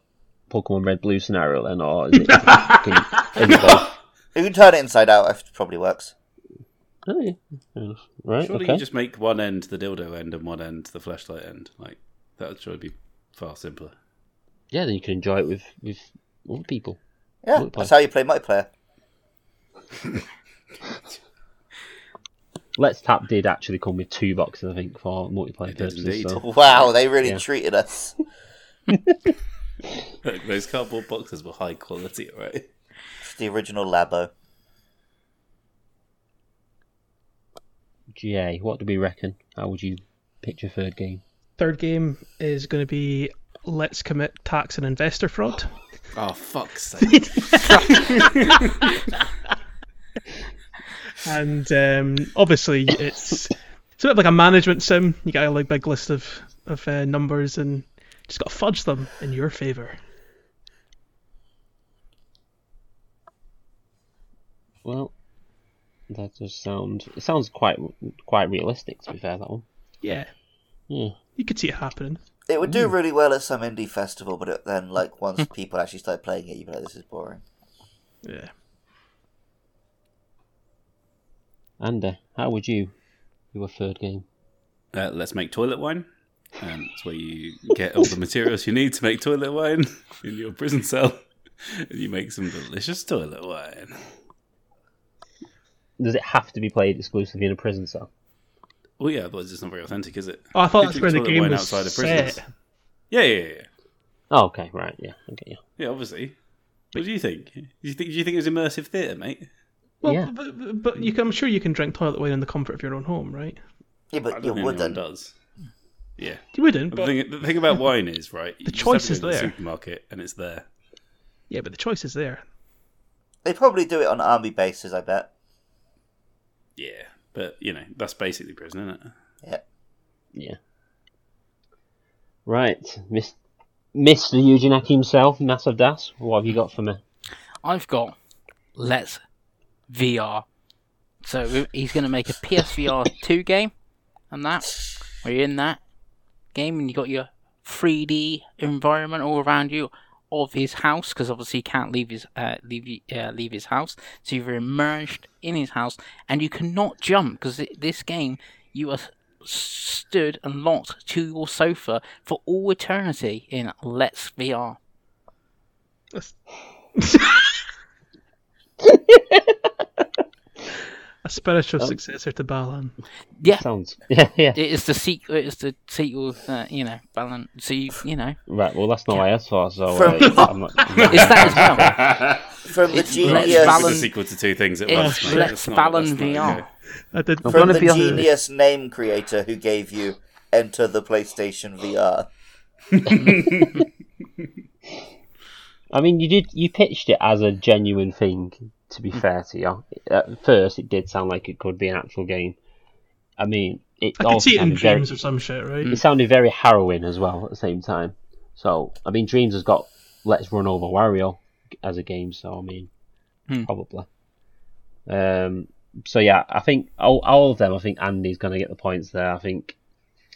Pokemon Red Blue scenario then, or is it? fucking- is it like-
You can turn it inside out. It probably works.
Oh, yeah. Fair enough. Right.
*laughs* Surely
okay.
you just make one end the dildo end and one end the flashlight end. Like that would surely be far simpler.
Yeah, then you can enjoy it with with other people.
Yeah,
Multiplayer.
that's how you play multiplayer.
Let's Tap did actually come with two boxes, I think, for multiplayer
It did
purposes.
indeed.
So.
Wow, they really
Yeah.
treated us. *laughs*
*laughs* Look, those cardboard boxes were high quality, right?
The original Labo.
GA, what do we reckon? How would you pitch a third game?
Third game is going to be Let's Commit Tax and Investor Fraud.
Oh fuck's sake!
And um, obviously, it's, it's a bit like a management sim. You got a like, big list of, of uh, numbers and just got to fudge them in your favour.
Well, that does sound. It sounds quite quite realistic, to be fair. That one.
Yeah,
Yeah.
you could see it happening.
It would do really well at some indie festival, but it, then, like, once people actually start playing it, you'd be like, "This is boring."
Yeah.
Andy, how would you do a third game?
*laughs* Uh, let's make toilet wine. Um, it's where you get all the materials you need to make toilet wine *laughs* in your prison cell, *laughs* and you make some delicious toilet wine.
Does it have to be played exclusively in a prison cell?
Oh yeah, otherwise it's not very authentic, is it?
Oh, I thought
They
that's
drink
where the
toilet
game
wine
was
prisons.
set.
Yeah, yeah, yeah, yeah.
Oh, okay, right, yeah, okay, yeah.
Yeah, obviously. What do you think? Do you think? Do you think it was immersive theatre, mate?
Well,
Yeah.
but, but you can, I'm sure you can drink toilet wine in the comfort of your own home, right?
Yeah,
I
but you
don't think anyone
wouldn't.
does. Yeah.
You wouldn't,
The
but
thing, the thing about wine is right. The
choice is
The
there.
supermarket, and it's there.
yeah, but the choice is there.
They probably do it on army bases, I bet.
Yeah, but you know that's basically prison, isn't it?
Yeah.
Yeah. Right, Mis- Mr. Eugenak himself, Massive Das, what have you got for me?
I've got Let's VR. So he's going to make
*laughs*
a PSVR 2 game and that. Where you're in that game and you got your 3D environment all around you of his house because obviously he can't leave his uh, leave y- uh, leave his house. So you're immersed in his house and you cannot jump because this game you are s- stood and locked to your sofa for all eternity in Let's VR.
*laughs* That's... a spiritual successor to Balan.
Yeah,
Sounds. *laughs* Yeah, yeah.
It is the sequel. It is the sequel. Uh, you know, balance. So you,
*laughs*
you know,
Right, well, that's not what I asked for, so uh,
From-
I'm
*laughs*
not.
it's that as well.
From the
It's Let's
genius,
It's a
Balance-
sequel to two things at
It's
once. mate.
Let's
That's not-
Balance
that's not
VR.
okay.
I did.
from
Wanna
the
be on the-
genius name creator who gave you "Enter the PlayStation VR."
I mean, you did. You pitched it as a genuine thing. To
Mm.
be fair to you, at first it did sound like it could be an actual game. I mean, it
I
all
could see it in
sounded very-
dreams or some shit, right?
it sounded very harrowing as well at the same time. So I mean, Dreams has got Let's Run Over Wario as a game. So I mean,
Hmm.
probably. Um. So yeah, I think all, all of them. I think Andy's gonna get the points there. I think.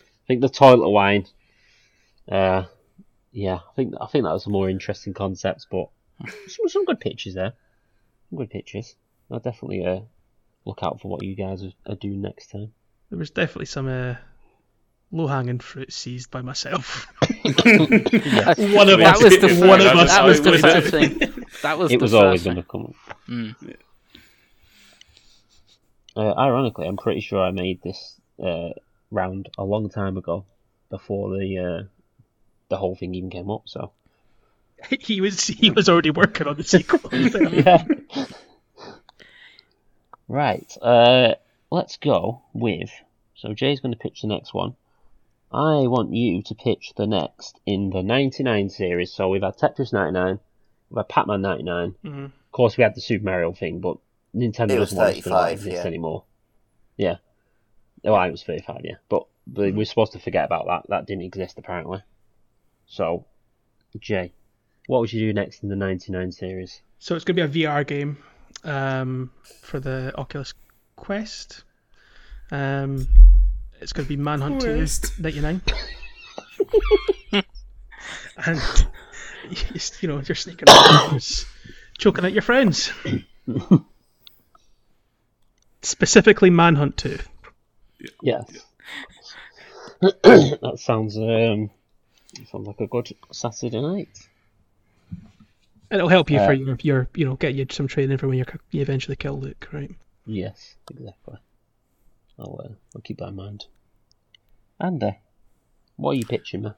I think the toilet wine. Uh, yeah. I think I think that was a more interesting concept,
*laughs*
but some some good pictures there. Some good pictures. I'll definitely uh, look out for what you guys are, are doing next time.
There was definitely some uh, low-hanging fruit seized by myself. *laughs* *laughs* One of
That
us-
*laughs*
was the
if *laughs* one
first-
of us
That was the
always
first thing. That was.
it
the
was
first
always
thing.
going to come up. Uh, ironically, I'm pretty sure I made this uh, round a long time ago, before the uh, the whole thing even came up. So
he was he was already working on the sequel.
*laughs* yeah. right, uh, let's go with. So Jay's going to pitch the next one. I want you to pitch the next in the 99 series. So we've had Tetris 99, we've had Pac-Man 99.
Mhm.
Of course, we had the Super Mario thing, but Nintendo
It was
doesn't want us to
35,
exist
yeah.
anymore. Yeah. Well, it was 35, yeah. But, but we're supposed to forget about that. That didn't exist, apparently. So, Jay, what would you do next in the 99 series?
So it's going to be a VR game um, for the Oculus Quest. Um, it's going to be Manhunter
Quest.
99. and you, just- you know you're sneaking around, choking out your friends. Specifically, Manhunt 2.
Yes. *coughs* that sounds um sounds like a good Saturday night.
And it'll help you for
Uh,
your, your, you know, get you some training for when you're, you eventually kill Luke, right?
Yes, exactly. I'll uh, I'll keep that in mind. Andy, uh, what are you pitching, man?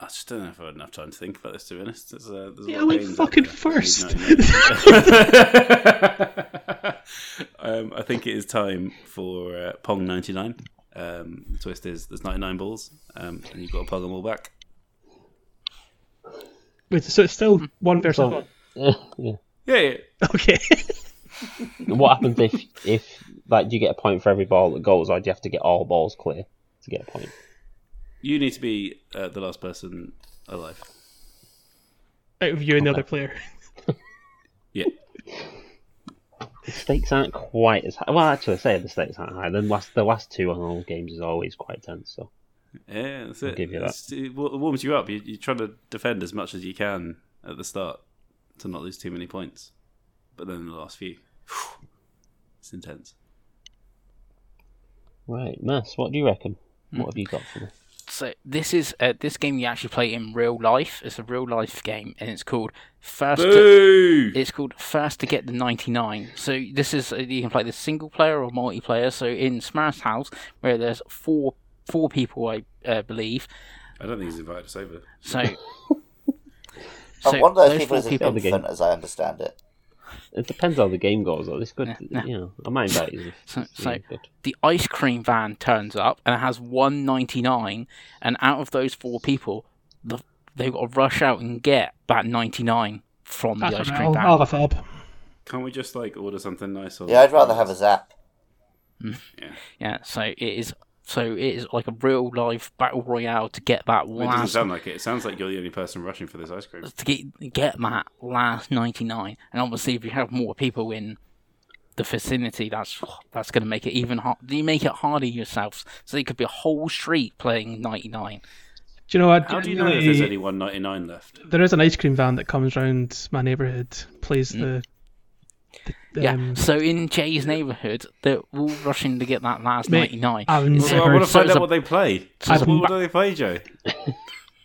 I just don't know if I had enough time to think about this. To be honest, there's, uh, there's a
Yeah,
lot of
I went
games out
fucking
there.
first.
um, I think it is time for uh, Pong 99. Um, the twist is there's 99 balls, um, and you've got to pong them all back.
*laughs* Wait, so it's still one versus
So-
one.
*laughs* yeah.
Yeah, yeah.
Okay.
What happens if if like do you get a point for every ball that goes, or do you have to get all balls clear to get a point?
you need to be uh, the last person alive.
Out of you and the other player. *laughs*
*laughs* Yeah,
The stakes aren't quite as high. Well, actually, say the stakes aren't high. The last the last two on all games is always quite tense. So
yeah, that's it.
give you that.
It's- It wa- it warms you up. You, you're trying to defend as much as you can at the start to not lose too many points, but then the last few, *sighs* it's intense.
right, Mass, what do you reckon? What have you got for me?
So this is uh, this game you actually play in real life. It's a real life game, and it's called First. To,
Boo!
it's called First to Get the 99. So this is uh, you can play the single player or multiplayer. So in Smash House, where there's four four people, I uh, believe.
I don't think he's invited us over.
*laughs*
So.
And one of those
those
people
four
is an
people-
the game.
infant, as I understand it.
It depends how the game goes, though. This could,
Yeah.
you know, I might invite you.
*laughs* So-
It's
so-
really good.
the ice cream van turns up and it has 199 and out of those four people the, they've got to rush out and get that 99 from the
That's
ice
all right,
cream
I'll,
van
I'll have a fab.
Can't we just like order something nice? Or
Yeah, I'd rather have a zap.
yeah so it is so it is like a real life battle royale to get that
It doesn't
last
sound like it. It sounds like you're the only person rushing for this ice cream.
to get get that last 99 and obviously if you have more people in the vicinity that's that's going to make it even hard you make it harder yourselves so it could be a whole street playing 99
Do you know what?
How do you know if there's only 199 left?
There is an ice cream van that comes round my neighbourhood, plays the.
Mm.
the
Yeah.
um,
so in Jay's neighbourhood, they're all rushing to get that last
Mate,
99.
I've
It's-
Well, I
never-
want to
so
find
it's
out
a-
what they play.
I've-
What do they play, Joe?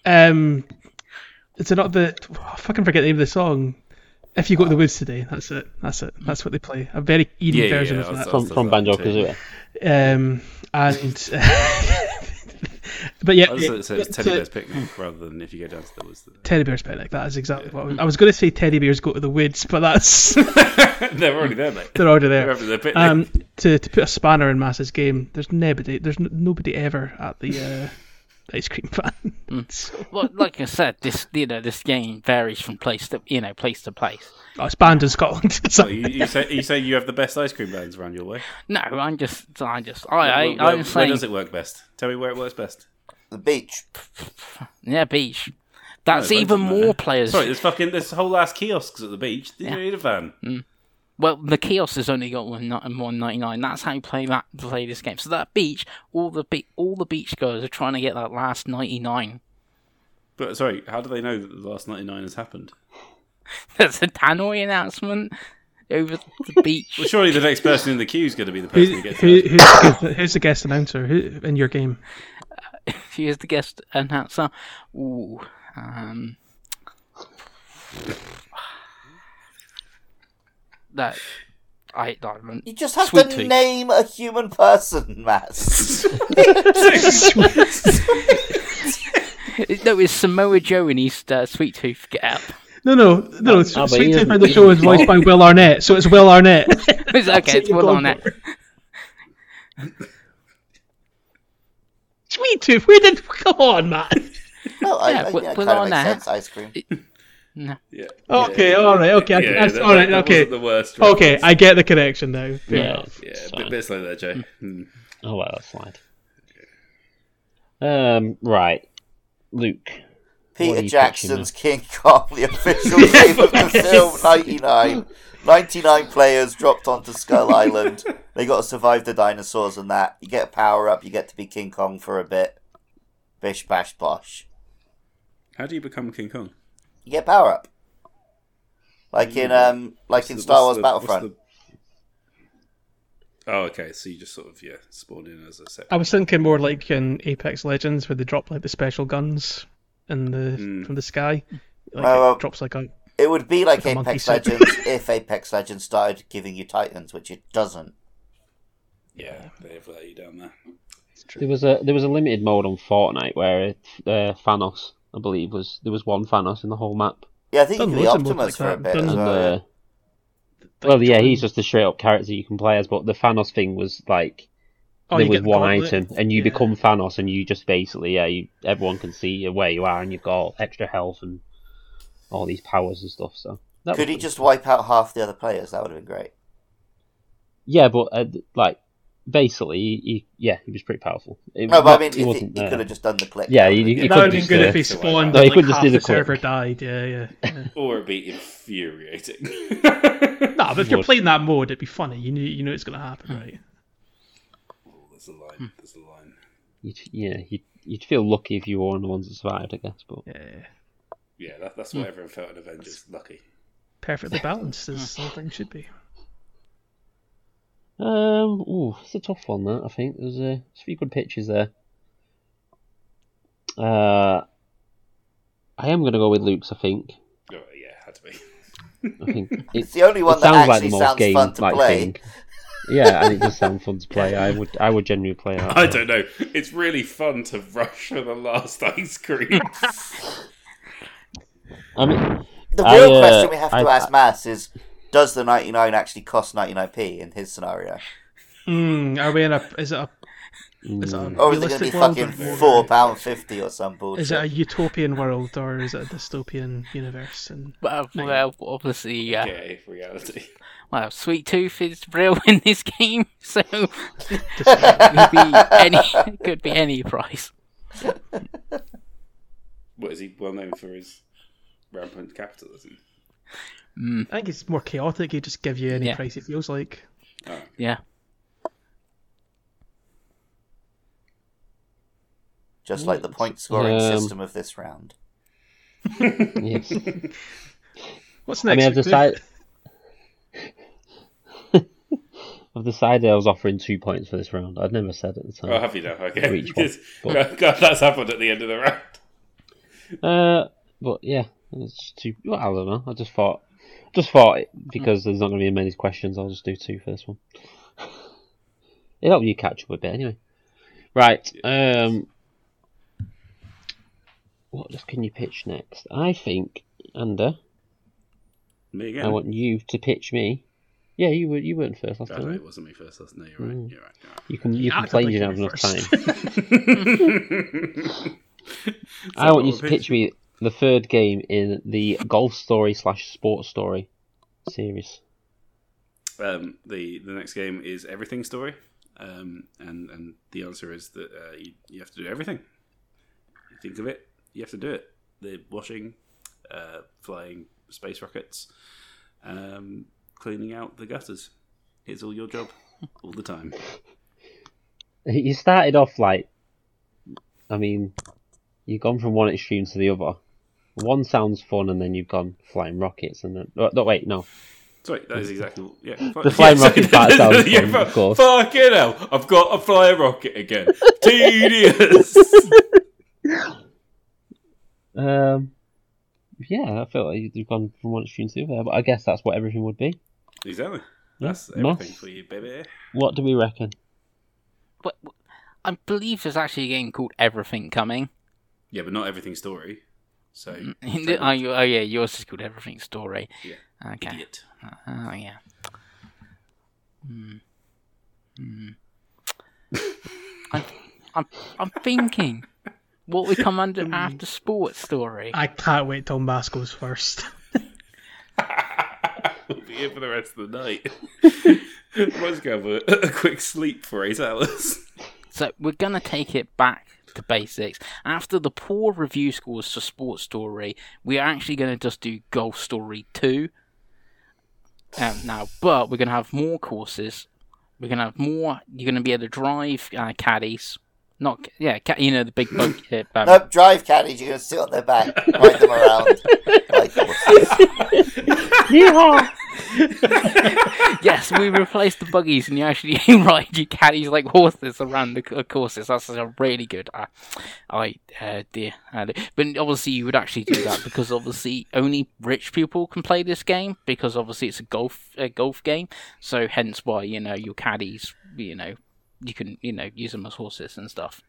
um, is it not the. oh, I fucking forget the name of the song. If you go to the woods today, that's it. That's it. That's what they play. A very Edie
Yeah, yeah,
version
yeah,
of that.
that's-
From,
that's
from
that
Banjo
too.
Kazooie.
Um, and. *laughs* but yeah,
I
yeah,
just said it's Teddy
so-
Bear's Picnic rather than if you go down to the woods.
Teddy Bear's Picnic. That is exactly what I was, I was going to say. Teddy Bears go to the woods, but
*laughs*
that's *laughs*
They're already there, mate.
they're already
They're
there.
having their picnic.
Um, to, to put a spanner in Mass's game, there's nobody, there's n- nobody ever at the uh, ice cream van.
Hmm.
*laughs* So-
well, like I said, this you know this game varies from place to you know place to place.
oh, it's banned in Scotland. *laughs* So-
Well, you, you say you say you have the best ice cream vans around your way.
No, I'm just I'm just I
where,
I
where-
I'm
where
saying
does it work best? Tell me where it works best.
The beach.
yeah beach. That's
No, it
even
doesn't
more
matter.
players.
Sorry, there's fucking there's whole ass kiosks at the beach. You don't need a van.
Hmm. Well, the kiosk has only got one one ninety nine. That's how you play that play this game. So that beach, all the be- all the beach goers are trying to get that last ninety *laughs* nine.
But sorry, how do they know that the last 99 has happened?
There's a tannoy announcement over the beach.
Well, surely the next person in the queue is going to be the person
who,
who
*laughs*
gets
who,
it.
who's, the guest- who's the guest announcer who, in
*laughs*
your game? *laughs*
She is the guest announcer. Ooh, um, that I don't.
You just have
Sweet
to
tea.
name a human person, *laughs* Matt.
*laughs* No, it's Samoa Joe in his uh, Sweet Tooth
*laughs*
Get Up.
No, no, no.
Ah, but
Sweet
he
Tooth
isn't-
by the show is voiced by Will Arnett, so it's Will
*laughs*
Arnett.
It's okay, it's
you're
well
going
on it.
Sweet Tooth, where did come
*laughs*
on, man?
No, I,
Yeah,
I,
with-
yeah, it
with
kind of
all
makes
that-
sense. Ice cream.
Yeah.
Okay, all right, okay, I can- that's- all right,
that
okay,
wasn't the worst.
okay, I get the connection now. Fair
Yeah, oh,
enough.
Yeah,
it's
a bit,
fine.
bit slow there, Joe. Hmm.
I'll let that slide. Um, right, Luke, What are
Peter
you
Jackson's King Kong, the official name of the film 99. 99 players dropped onto Skull Island. They got to survive the dinosaurs and that. You get a power up, you get to be King Kong for a bit. Bish, bash, bosh.
How do you become King Kong?
You get power up. Like in um, like
Mm.
in
What's
Star
the-
Wars
what's
Battlefront.
the- Oh, okay. So you just sort of yeah spawn in as a set.
I was thinking more like in Apex Legends where they drop like the special guns in the
Hmm.
from the sky. Like
Well, well-
it drops like a
It would be like
Like a monkey
Apex
suit.
Legends if Apex Legends started giving you titans, which it doesn't.
Yeah, they've let you down there.
There was a there was a limited mode on Fortnite where it, uh, Thanos, I believe, was there was one Thanos in the whole map.
Yeah, I think you
Done
can be
loads of modes
Optimus
like
for a
that.
bit
Done-
as
And
well.
uh,
yeah.
well, yeah, he's just a straight up character you can play as, but the Thanos thing was like
Oh,
there
you
was
get the
one
gauntlet.
item, and you
Yeah.
become Thanos, and you just basically yeah, you, everyone can see where you are, and you've got extra health and all these powers and stuff. So that was
Could he
pretty
just
cool.
wipe out half the other players? That would have been great.
Yeah, but uh, th- like basically, he, he- yeah, he was pretty powerful. It,
No, but I mean,
he
if he,
wasn't.
he
uh,
could have just done the click.
yeah, he, he,
That
he
that would
could
be
just.
good
uh,
if he spawned.
No, he
and,
could
like,
just
half
do
the,
the click.
server died. Yeah, yeah.
*laughs*
yeah.
Or it'd be infuriating.
nah, but if you're
Would.
playing that mode, it'd be funny. You knew, you know it's gonna
Hmm.
happen, right?
Oh, *laughs* there's a
Hmm.
line. There's a line.
You'd, yeah, you'd, you'd feel lucky if you were one of the ones that survived, I guess. But
Yeah,
Yeah, that, that's what everyone felt in Avengers. Lucky.
perfectly balanced as the thing should be.
um, ooh, it's a tough one. That I think there's a there's a few good pictures there. Uh, I am gonna go with Luke's. I think.
Oh, yeah, had to be.
I
*laughs*
think it,
It's the only one
it
that
sounds like
actually
the most
sounds
game
fun to
like
play.
thing. Yeah, and it does sound fun to play. I would, I would genuinely play that.
*laughs* *laughs* I don't know. It's really fun to rush for the last *laughs* ice cream.
I mean,
The
I,
real
uh,
question we have to
I-
ask Mass is does the 99 actually cost 99p in his scenario?
Mm, are we in a? Is it a? Is it
mm,
a
Or is it going to be
realistic world
fucking
or more-
£4.50 or some bullshit?
Is it a utopian world or is it a dystopian
*laughs*
universe? And
Well, well obviously, yeah.
yeah, reality.
Well, Sweet Tooth is real *laughs* in this game, so it could be any, *laughs* it could be any price.
What is he well known for his rampant capitalism?
I think it's more chaotic. He just give you any
Yeah.
price it feels like.
Yeah.
Just like the point scoring
Um,
system of this round.
*laughs*
yes.
What's
I
next?
mean, I've *laughs*
Luke?
decided. I've decided I was offering two points for this round. I'd never said at the time.
Oh, have you now? Okay.
For each one.
*laughs* Yes. God, that's happened at the end of the round.
Uh, but yeah, it's too. Well, I don't know. I just thought, just thought it- because there's not going to be many questions, I'll just do two for this one. *laughs* it helped you catch up a bit, anyway. Right. Um, what can you pitch next? I think, Ander,
Me again.
I want you to pitch me. Yeah, you were you weren't first last
Oh, no,
time.
it
right?
wasn't me first. That's, no, you're right. You're right. You're right.
You can you
I
complain you didn't
think
have
you
enough
first. *laughs*
time.
*laughs*
I want you to
Well,
pitch me the third game in the golf story slash sports story series.
Um, the the next game is everything story, um, and and the answer is that uh, you, you have to do everything. You think of it, you have to do it. The washing, uh, flying space rockets, um, cleaning out the gutters. It's all your job, all the time.
You started off like, I mean, you've gone from one extreme to the other. One sounds fun, and then you've gone flying rockets, and then oh, no, wait, no,
Sorry, that is exactly what- yeah.
The flying
*laughs*
rocket part sounds
yeah,
fun,
fu-
of course.
Fucking hell! I've got a flying rocket
*laughs*
again. Tedious.
um, yeah, I feel like you've gone from one extreme to the other. But I guess that's what everything would be.
exactly. That's
Yeah,
everything
nice.
for you, baby.
What do we reckon?
But but I believe there's actually a game called Everything coming.
Yeah, but not everything story. So
*laughs* oh, you, oh, yeah, yours is called Everything Story.
Yeah.
Okay.
idiot.
Oh, yeah. Hmm. Hmm. I'm, I'm, I'm thinking what we come under after sports story.
I can't wait till Mass goes first. *laughs*
we'll be here for the rest of the night. Let's go have a, a quick sleep for eight hours.
So we're gonna take it back to basics. After the poor review scores for Sports Story, we are actually gonna just do Golf Story two. Um, now, but we're gonna have more courses. We're gonna have more. You're gonna be able to drive uh, caddies. Not yeah, ca- you know the big bug. Uh, um,
Nope, drive caddies. You're gonna sit on their back, ride them around. like horses.
Yeehaw!
Yes, we replaced the buggies, and you actually *laughs* ride your caddies like horses around the c- courses. That's a really good uh, idea. Uh, But obviously, you would actually do that because obviously only rich people can play this game because obviously it's a golf a golf game. So hence why you know your caddies, you know, you can you know use them as horses and stuff.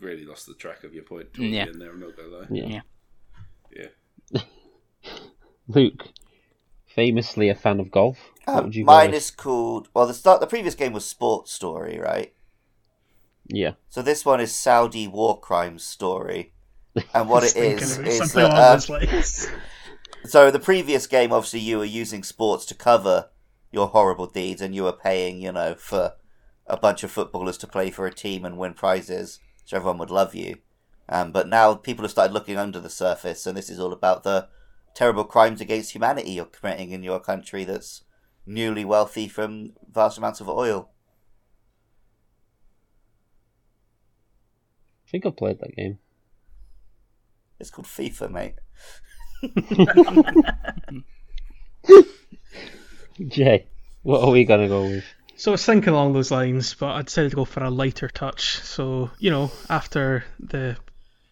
Really lost the track of your point. towards the
Yeah.
end there, I'm not gonna lie.
Yeah.
Yeah.
Yeah.
Luke, famously a fan of golf. what
Um,
would you go
mine
with?
is called. Well, the start. The previous game was Sports Story, right?
Yeah.
So this one is Saudi war crime story, and what
*laughs*
it
Thinking
is
of
is
something
that.
along
um,
those lines.
So the previous game, obviously, you were using sports to cover your horrible deeds, and you were paying, you know, for a bunch of footballers to play for a team and win prizes, so everyone would love you. Um, but now people have started looking under the surface, and this is all about the terrible crimes against humanity you're committing in your country that's newly wealthy from vast amounts of oil.
I think I've played that game.
It's called FIFA, mate.
Jay, what are we going to go with? *laughs*
So I was thinking along those lines, but I decided to go for a lighter touch. So you know, after the,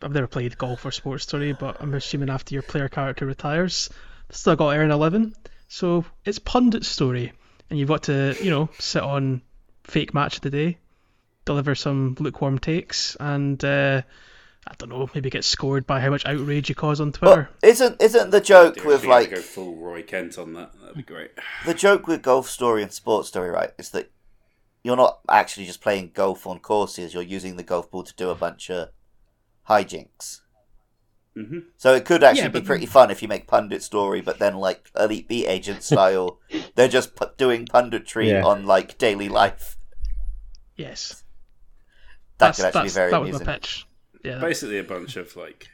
I've never played golf or sports story, but I'm assuming after your player character retires, still got Aaron Eleven. So it's pundit story, and you've got to you know sit on fake match of the day, deliver some lukewarm takes, and uh, I don't know, maybe get scored by how much outrage you cause on Twitter.
But isn't isn't the joke
Dude,
with
if you had
like
to go full Roy Kent on that. That'd be great.
the joke with golf story and sports story, right, is that you're not actually just playing golf on courses. You're using the golf ball to do a bunch of hijinks.
Mm-hmm.
So it could actually
Yeah,
be
but-
pretty fun if you make pundit story, but then like elite beat
*laughs*
agent style, they're just pu- doing punditry
Yeah.
on like daily life.
yes,
That
that's,
could actually be
that's-
very
that was
amusing.
my pitch. Yeah.
Basically, a bunch of like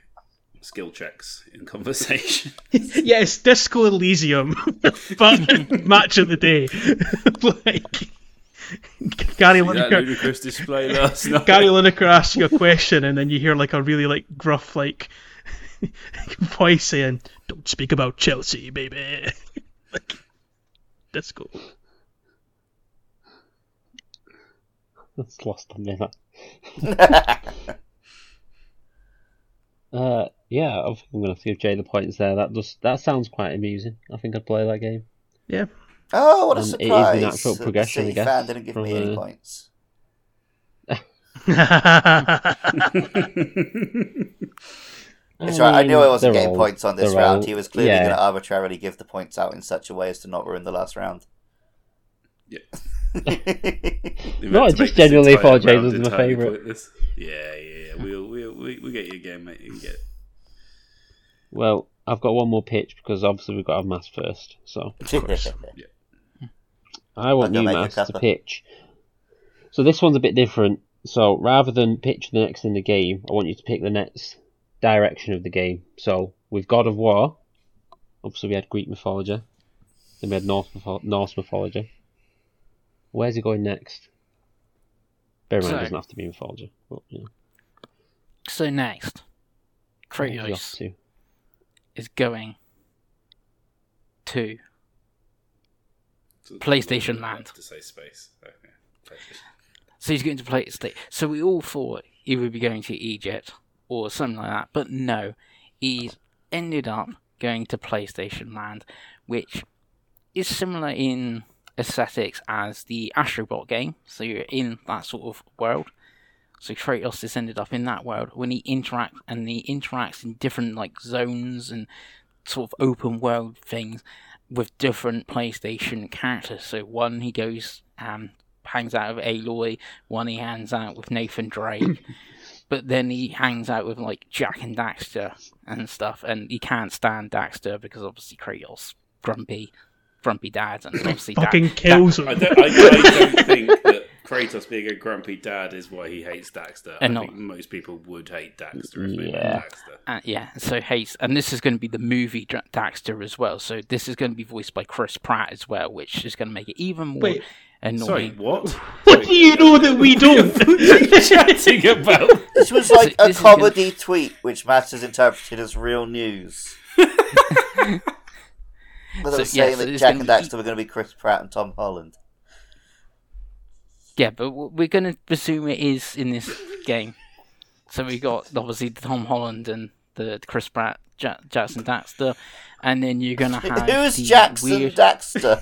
skill checks in conversation.
yes, Disco Elysium, *laughs* but match of the day. *laughs* like Gary
that
Lineker,
ludicrous display last night.
Gary Lineker asks you a question, and then you hear like a really like gruff like *laughs* voice saying, "Don't speak about Chelsea, baby." *laughs* like Disco.
That's lost on me. That. uh, yeah, I think I'm going to give Jay the points there. That does that sounds quite amusing. I think I'd play that game.
Yeah,
*laughs* Oh, what a
Um, it is the
surprise!
natural
that the
progression, I
City
guess,
fan didn't give me
from,
any
uh,
points. It's right. I knew I wasn't
They're
getting
all-
points on this
they're
round.
all-
He was clearly
yeah.
going to arbitrarily give the points out in such a way as to not ruin the last round. *laughs*
Yeah.
No, just generally thought James was my favourite.
Yeah, yeah, yeah. We'll, we'll, we we'll get you again, mate. You can get it.
Well, I've got one more pitch because obviously we've got to have mass first. So I want
I'll
you
go make a
mass to
cuppa.
pitch. So this one's a bit different. So rather than pitch the next in the game, I want you to pick the next direction of the game. So with God of War, obviously we had Greek mythology, then we had Norse, mytho- Norse mythology. Where's he going next? Bear in mind, it
So-
doesn't have to be mythology. But, you know,
So next,
you have
Kratos
to.
is going to
So-
PlayStation Land.
To say space. Okay.
So he's going to play state. So we all thought he would be going to Egypt or something like that, but no, he's ended up going to PlayStation Land, which is similar in aesthetics as the Astrobot game. So you're in that sort of world. So Kratos has ended up in that world when he interacts, and he interacts in different like zones and sort of open world things with different PlayStation characters. So one he goes um hangs out with Aloy, one he hangs out with Nathan Drake, but then he hangs out with like Jack and Daxter and stuff, and he can't stand Daxter because obviously Kratos grumpy, grumpy dad, and obviously
*laughs*
Dax-
fucking kills
I
him.
don't, I, I don't think that Kratos being a grumpy dad is why he hates Daxter.
And
I
not-
think most people would hate Daxter if they
Yeah.
met Daxter.
Uh, yeah, so Hayes, and this is going to be the movie Dra- Daxter as well. So this is going to be voiced by Chris Pratt as well, which is going to make it even more
Wait,
Sorry,
annoying.
what?
*laughs* What
*laughs*
do you know that we don't? *laughs*
Chatting
*laughs*
about
*laughs* This was like
This
a
is gonna-
comedy tweet, which Matt has interpreted as real
*laughs*
news. But they
So,
were
yeah,
saying
so
that
it's
Jack
gonna
and
be-
Daxter were going to be Chris Pratt and Tom Holland. *laughs*
Yeah, but w- we're going to presume it is in this game. So we got obviously Tom Holland and the Chris Pratt, ja- Jackson Daxter, and then you're going to have
Who's
the
Jackson
weird- *laughs*
Daxter?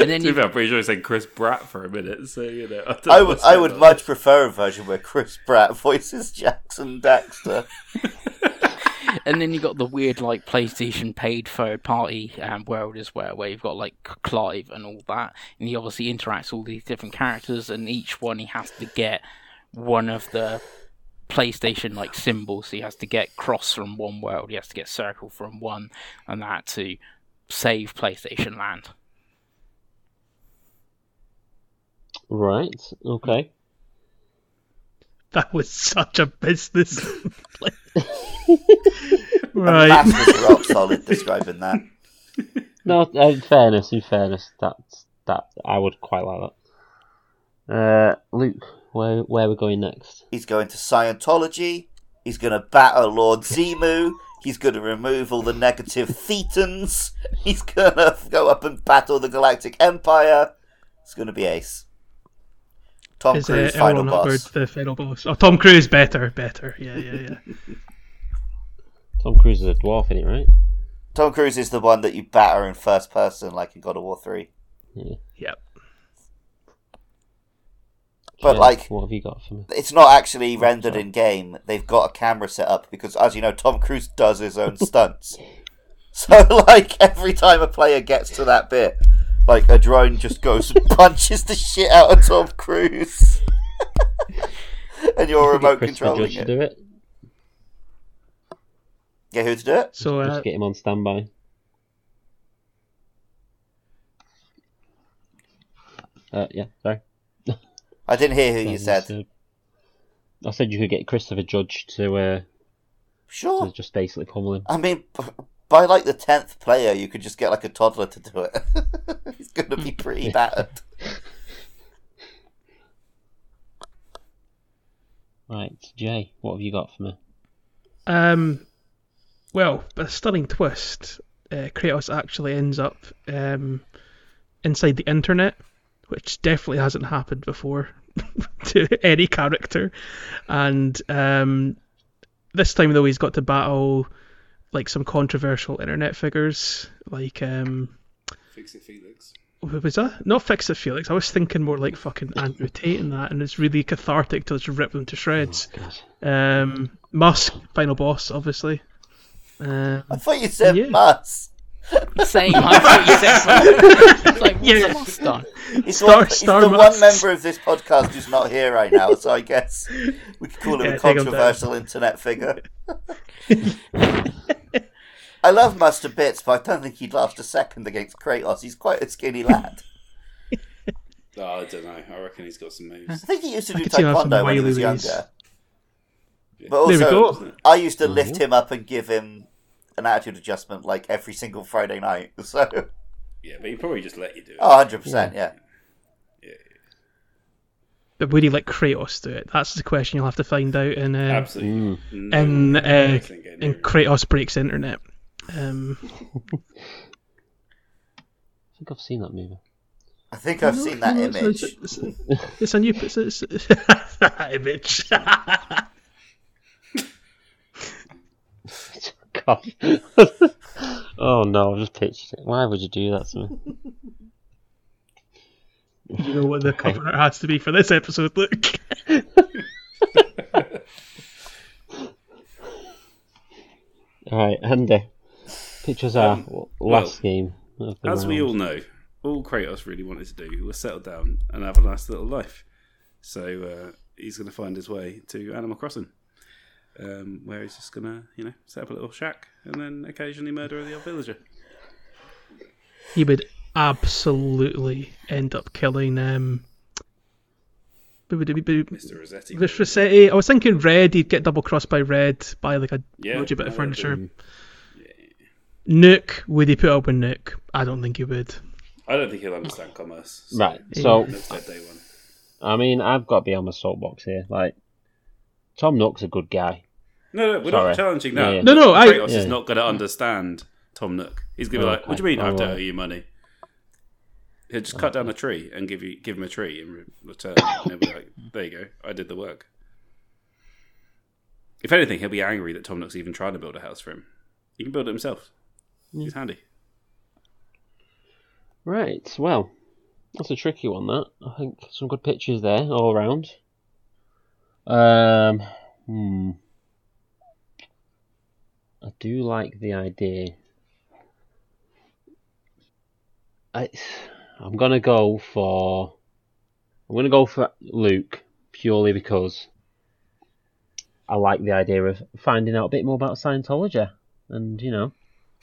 and then
To
you
be fair, I'm pretty sure I said Chris Bratt for a minute, so you know. I, don't
I
know
would
what's
I
going
would
on.
much prefer a version where Chris Pratt *laughs* voices Jackson Daxter.
and then you got the weird like PlayStation paid third party um, world as well, where you've got like C- Clive and all that, and he obviously interacts with all these different characters, and each one he has to get one of the PlayStation like symbols. So he has to get cross from one world, he has to get circle from one, and that to save PlayStation Land.
Right. Okay.
that was such a business. *laughs* right.
Matt was rock solid describing
*laughs*
that.
No, uh, in fairness, in fairness, that's that I would quite like that. Uh, Luke, where where we're going next?
He's going to Scientology. He's going to batter Lord Zemu. He's going to remove all the negative Thetans. He's going to go up and battle the Galactic Empire. It's going to be ace. Tom
Is uh,
Cruise, final
Elron Hubbard
boss.
the final boss? Oh, Tom Cruise, better, better. Yeah,
*laughs*
yeah, yeah.
Tom Cruise is a dwarf in it, right?
Tom Cruise is the one that you batter in first person, like in God of War 3.
yep.
But,
Kev,
like,
what have you got for me?
it's not actually rendered in game. They've got a camera set up because, as you know, Tom Cruise does his own stunts. So, *laughs* like, every time a player gets to that bit, like, a drone just goes and punches the shit out of Tom Cruise. *laughs* and you're remote
Chris
controlling
Judge to
it.
do it.
Get who to do it?
So uh,
Just get him on standby. Uh, yeah, sorry.
I didn't hear who
That
you
was,
said.
uh, I said you could get Christopher Judge to, uh, to
Sure.
just basically pummel him.
I mean, b- by like the 10th player, you could just get like a toddler to do it. *laughs* He's going to be pretty battered.
Right, Jay, what have you got for me?
Um, well, a stunning twist. Uh, Kratos actually ends up um, inside the internet, which definitely hasn't happened before *laughs* to any character. And um, this time, though, he's got to battle like some controversial internet figures, like um,
Fix it, Felix.
what was that? Not Fix It Felix. I was thinking more like fucking Andrew Tate and that, and it's really cathartic to just rip them to shreds. Um, Musk, final boss, obviously. Um,
I thought you said
Yeah.
Mas.
Same, I thought you said. *laughs* It's like what's
Yeah.
lost on?
He's,
Star-
one, he's
Star
the
Max.
one member of this podcast who's not here right now, so I
*laughs*
guess we could call him
Yeah,
a
take him down.
controversial internet figure. I love Master Bits, but I don't think he'd last a second against Kratos. He's quite a skinny lad.
Oh, I don't know. I reckon he's got some moves.
I think he used to do
could see him have some
taekwondo when he was
wily ways.
younger. But
There we
also,
go.
I used to lift him up and give him an attitude adjustment like every single Friday night. *laughs* So, oh,
Yeah, but he probably just let you do it.
100%, yeah.
But would he let Kratos do it? That's the question you'll have to find out in uh,
Mm.
Absolutely. No
in
one
uh,
else can get near
in
him.
Kratos breaks internet. Um,
I think I've seen that movie.
I think I've seen
*laughs*
that
it's-
image.
It's, it's- it's a new it's, it's, *laughs* that image.
God. *laughs* oh no, I just pictured it. Why would you do that to me?
*laughs* you know what the cover art has to be for this episode. Look,
Alright, Andy. Pictures our
Um,
w- last game. Of the
As we
round.
all know, all Kratos really wanted to do was settle down and have a nice little life. So uh, he's going to find his way to Animal Crossing, um, where he's just going to, you know, set up a little shack and then occasionally murder the odd villager.
he would absolutely end up killing um who would it be?
Mr. Rossetti.
This Rossetti. I was thinking red. He'd get double crossed by red by like a
Yeah,
dodgy bit of
I
furniture.
agree.
Nuke. Would he put up with Nuke? I don't think he would.
I don't think he'll understand commerce. so
Right. So
that's their day one.
I mean, I've got to be on my soapbox here. Like, Tom Nook's a good guy.
No, no, we're
Sorry.
not challenging
Yeah,
that.
yeah.
No, no, I-
Kratos is
Yeah. Oh,
not going to understand Tom Nook. He's going to be like, "What do you
Okay, Oh,
mean I have to
alright.
owe you money?" He'll just cut down a tree and give you give him a tree in re- return. and he'll be like, *coughs* "There you go, I did the work." If anything, he'll be angry that Tom Nook's even trying to build a house for him. He can build it himself. He's handy.
Right. Well, that's a tricky one. That I think some good pictures there all around. Um. Hmm. I do like the idea. I, I'm gonna go for. I'm gonna go for Luke purely because I like the idea of finding out a bit more about Scientology, and you know,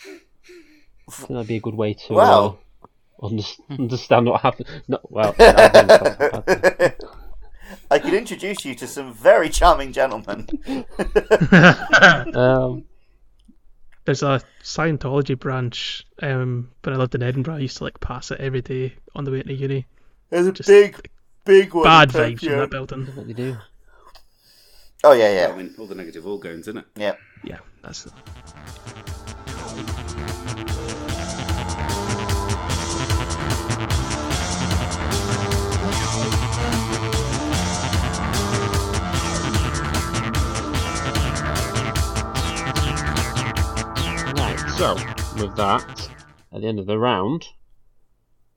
I think that'd be a good way to. uh,
Wow.
under- understand what happened. No, *laughs* well, I don't know.
I can introduce you to some very charming gentlemen.
um,
There's a Scientology branch. Um, when I lived in Edinburgh, I used to like pass it every day on the way into uni.
There's a big, big one. in
Bad vibes from
Tokyo.
that building.
what they do.
Oh yeah, yeah,
I mean, all the negative organs, isn't it?
yeah.
Yeah, that's
Right, so with that, at the end of the round,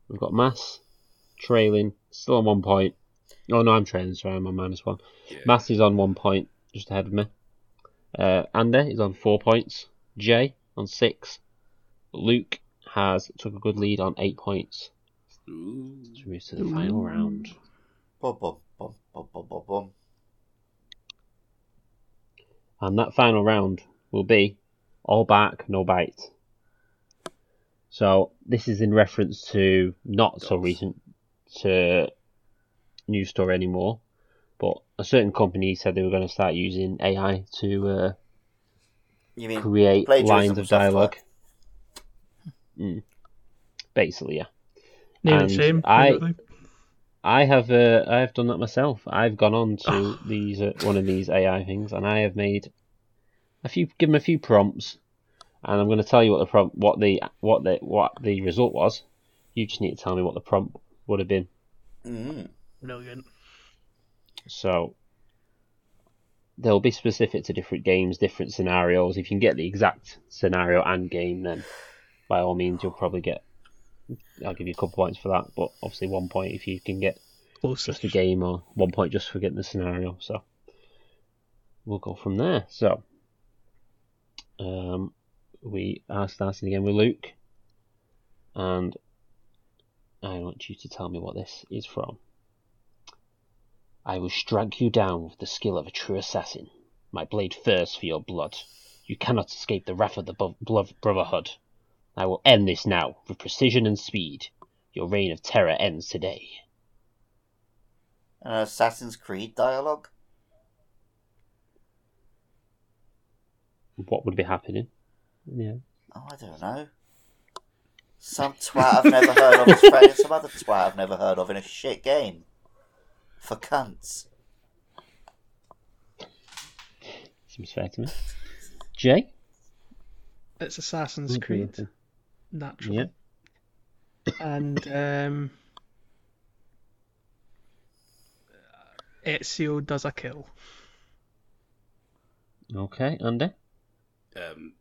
we've got Mass trailing, still on one point. Oh no, I'm trailing, sorry, I'm on minus one. Mass is on one point, just ahead of me. Uh, Andy is on four points. Jay on six. Luke has took a good lead on eight points.
Ooh.
So we move to the final round.
Bum, bum, bum, bum, bum, bum, bum.
And that final round will be all bark, no bite. So this is in reference to not so recent to news story anymore, but a certain company said they were going to start using AI to uh,
You mean
create
plagiarism
lines of
software.
dialogue. Mm. Basically, yeah.
name and
And
shame.
I-
basically.
I have uh, I have done that myself. I've gone on to these uh, one of these AI things, and I have made a few given a few prompts, and I'm going to tell you what the prompt, what the what the what the result was. You just need to tell me what the prompt would have been.
Mm.
Brilliant.
So they'll be specific to different games, different scenarios. If you can get the exact scenario and game, then by all means you'll probably get. I'll give you a couple points for that, but obviously one point if you can get
Close.
just a game or one point just for getting the scenario. So we'll go from there. So um, we are starting again with Luke, and I want you to tell me what this is from. I will strike you down with the skill of a true assassin. My blade thirsts for your blood. You cannot escape the wrath of the bu- Blo- Brotherhood. I will end this now with precision and speed. Your reign of terror ends today.
An Assassin's Creed dialogue.
what would be happening. Yeah.
Oh, I don't know. Some twat I've never heard of is threatening some other twat I've never heard of in a shit game. For cunts.
Seems fair to me. Jay? Mm-hmm.
It's Assassin's Creed, naturally.
Yeah.
and um, Ezio does a kill.
Okay, Andy.
Um,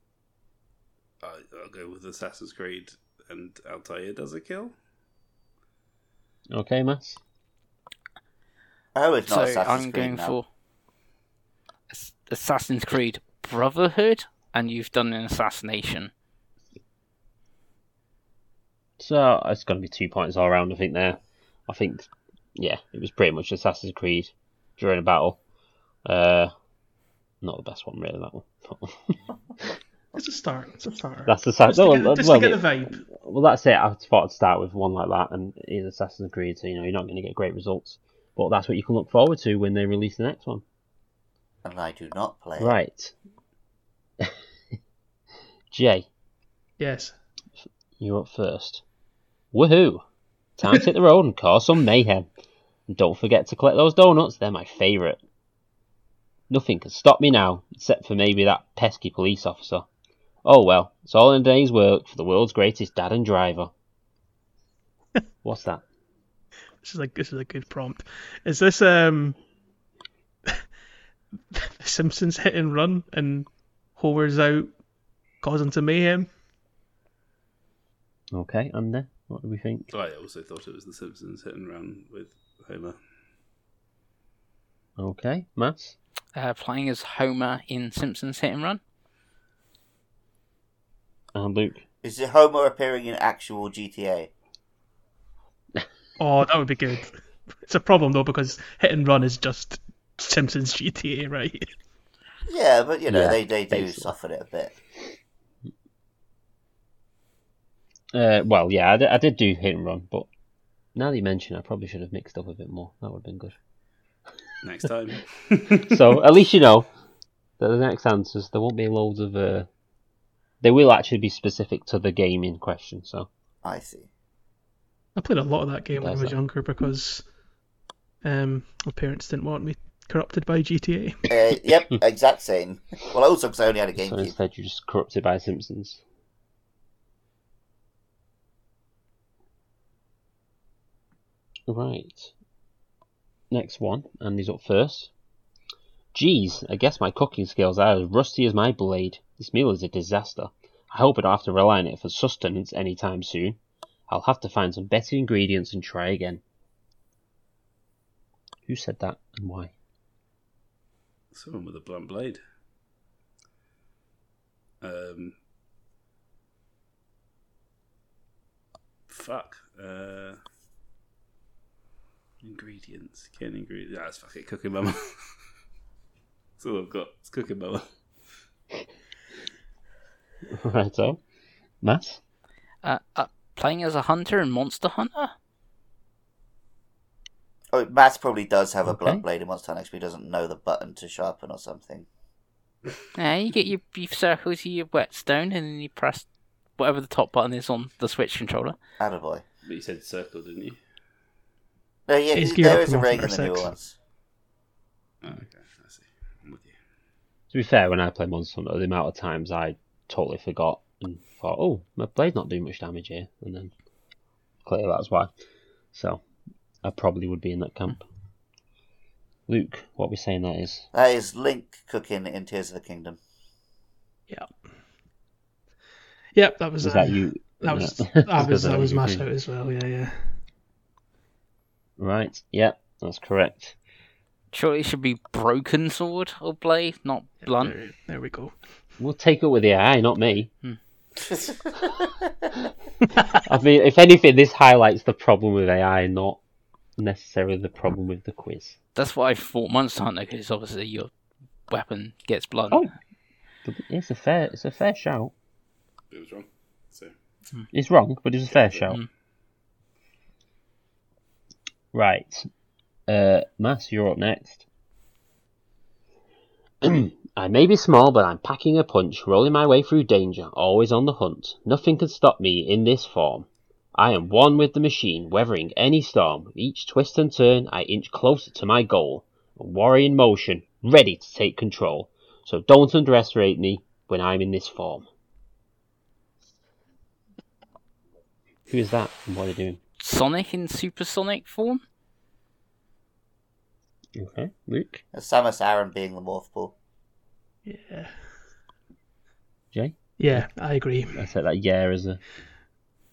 I, I'll go with Assassin's Creed, and Altair does a kill.
Okay, Mass.
Oh, it's not
So
Assassin's
I'm
Creed
going
now.
for Ass- Assassin's Creed Brotherhood, and you've done an assassination.
So it's going to be two points all round. I think there. I think, yeah, it was pretty much Assassin's Creed during a battle. Uh, not the best one really. That one.
It's a start. It's a start.
That's the side.
Just to
No,
get the-
well,
just
well,
to get the vibe.
*laughs* well, that's it. I thought I'd start with one like that, and it is Assassin's Creed, so you know you're not going to get great results, but that's what you can look forward to when they release the next one.
and I do not play. it.
Right. *laughs* Jay,
Yes.
you up first. Woohoo! Time to hit the road and cause some mayhem. And don't forget to collect those donuts, they're my favourite. Nothing can stop me now, except for maybe that pesky police officer. Oh well, it's all in a day's work for the world's greatest dad and driver. What's that?
This is like this is a good prompt. Is this um *laughs* The Simpsons hit and run and Homer's out causing some mayhem?
Okay, Andy, what do we think?
Oh, I also thought it was The Simpsons hit and run with Homer.
Okay, Matt.
Uh, playing as Homer in Simpsons Hit and Run.
And Luke.
Is it Homer appearing in actual GTA?
Oh, that would be good. It's a problem though because hit and run is just Simpsons GTA, right?
Yeah, but you know
Yeah,
they, they do
basically.
soften it a bit.
Uh, well, yeah, I did, I did do hit and run, but now that you mention it, I probably should have mixed up a bit more. That would have been good.
*laughs* Next time.
so at least you know that the next answers there won't be loads of. Uh, they will actually be specific to the game in question. So
I see.
I played a lot of that game when I
Does
was
that-
younger because um my parents didn't want me corrupted by GTA.
Uh,
*laughs*
yep, exact same. Well, also because I only had a
so
GameCube.
instead, you're just corrupted by Simpsons. Right. Next one, and he's up first. Geez, I guess my cooking skills are as rusty as my blade. This meal is a disaster. I hope I don't have to rely on it for sustenance anytime soon. I'll have to find some better ingredients and try again. Who said that and why? *laughs*
Someone with a blunt blade. Um. Fuck. Uh. Ingredients. Can ingredients. That's fuck it. Cooking mama. *laughs* That's all I've got. It's cooking mama.
Righto. Matt?
Uh, uh, playing as a hunter in Monster Hunter.
Oh, Matt probably does have a
Okay.
blunt blade in Monster Hunter, but he doesn't know the button to sharpen or something.
Yeah, you get your you circle to your whetstone and then you press whatever the top button is on the Switch controller.
Attaboy.
But you said circle, didn't you?
No, yeah,
He's geared
there
up
is
for
a ring in
Monster
the
Hunter
new
6.
ones.
Oh, okay. I see. I'm with you.
To be fair, when I play Monster Hunter, the amount of times I totally forgot and thought, oh, my blade's not doing much damage here, and then clearly that's why. So I probably would be in that camp. Luke, what we're saying that is
That is Link cooking in Tears of the Kingdom. *laughs*
Yeah. Yep, that was,
was
uh,
that you? *laughs*
That was
Yeah.
that was
Because
that was
you
my
agree.
shout as well. Yeah, yeah.
Right. Yeah, that's correct.
Surely it should be broken sword or blade, not blunt.
There, there we go.
We'll take it with the eye, not me. I mean, if anything, this highlights the problem with AI, not necessarily the problem with the quiz.
That's why I thought Monster Hunter because obviously your weapon gets blunt.
Oh, But it's a fair, it's a fair shout.
It was wrong. So.
It's wrong, but it's a fair shout.
Mm.
Right. Uh, Mass, you're up next. *clears throat* I may be small, but I'm packing a punch, rolling my way through danger, always on the hunt. Nothing can stop me in this form. I am one with the machine, weathering any storm. Each twist and turn, I inch closer to my goal. A warrior in motion, ready to take control. So don't underestimate me when I'm in this form. Who is that and what are they doing?
Sonic in supersonic form.
Okay, Luke,
Samus Aran being the morph ball.
Yeah.
Jay.
Yeah, I agree.
I said that yeah as a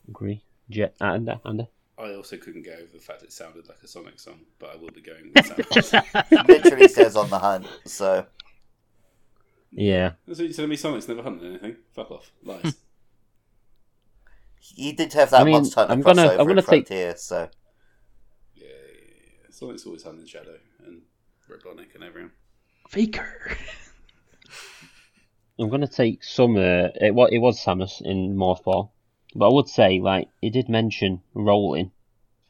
agree. Jet uh, and and
I also couldn't go over the fact it sounded like a Sonic song, but I will be going with
*laughs*
*laughs*
Samus.
Literally says on the hunt, so
yeah.
That's what you're telling me Sonic's never hunted anything. Fuck off.
Hmm.
Lies.
he did have that
I mean,
Monster Hunter
I'm
crossover
gonna- I'm gonna
in
take-
Frontier, so
Yeah, yeah, yeah. Sonic's always hunting Shadow and Robotnik and everyone.
Faker.
I'm gonna take some. Uh, it was it was Samus in Morph Ball, but I would say like it did mention rolling,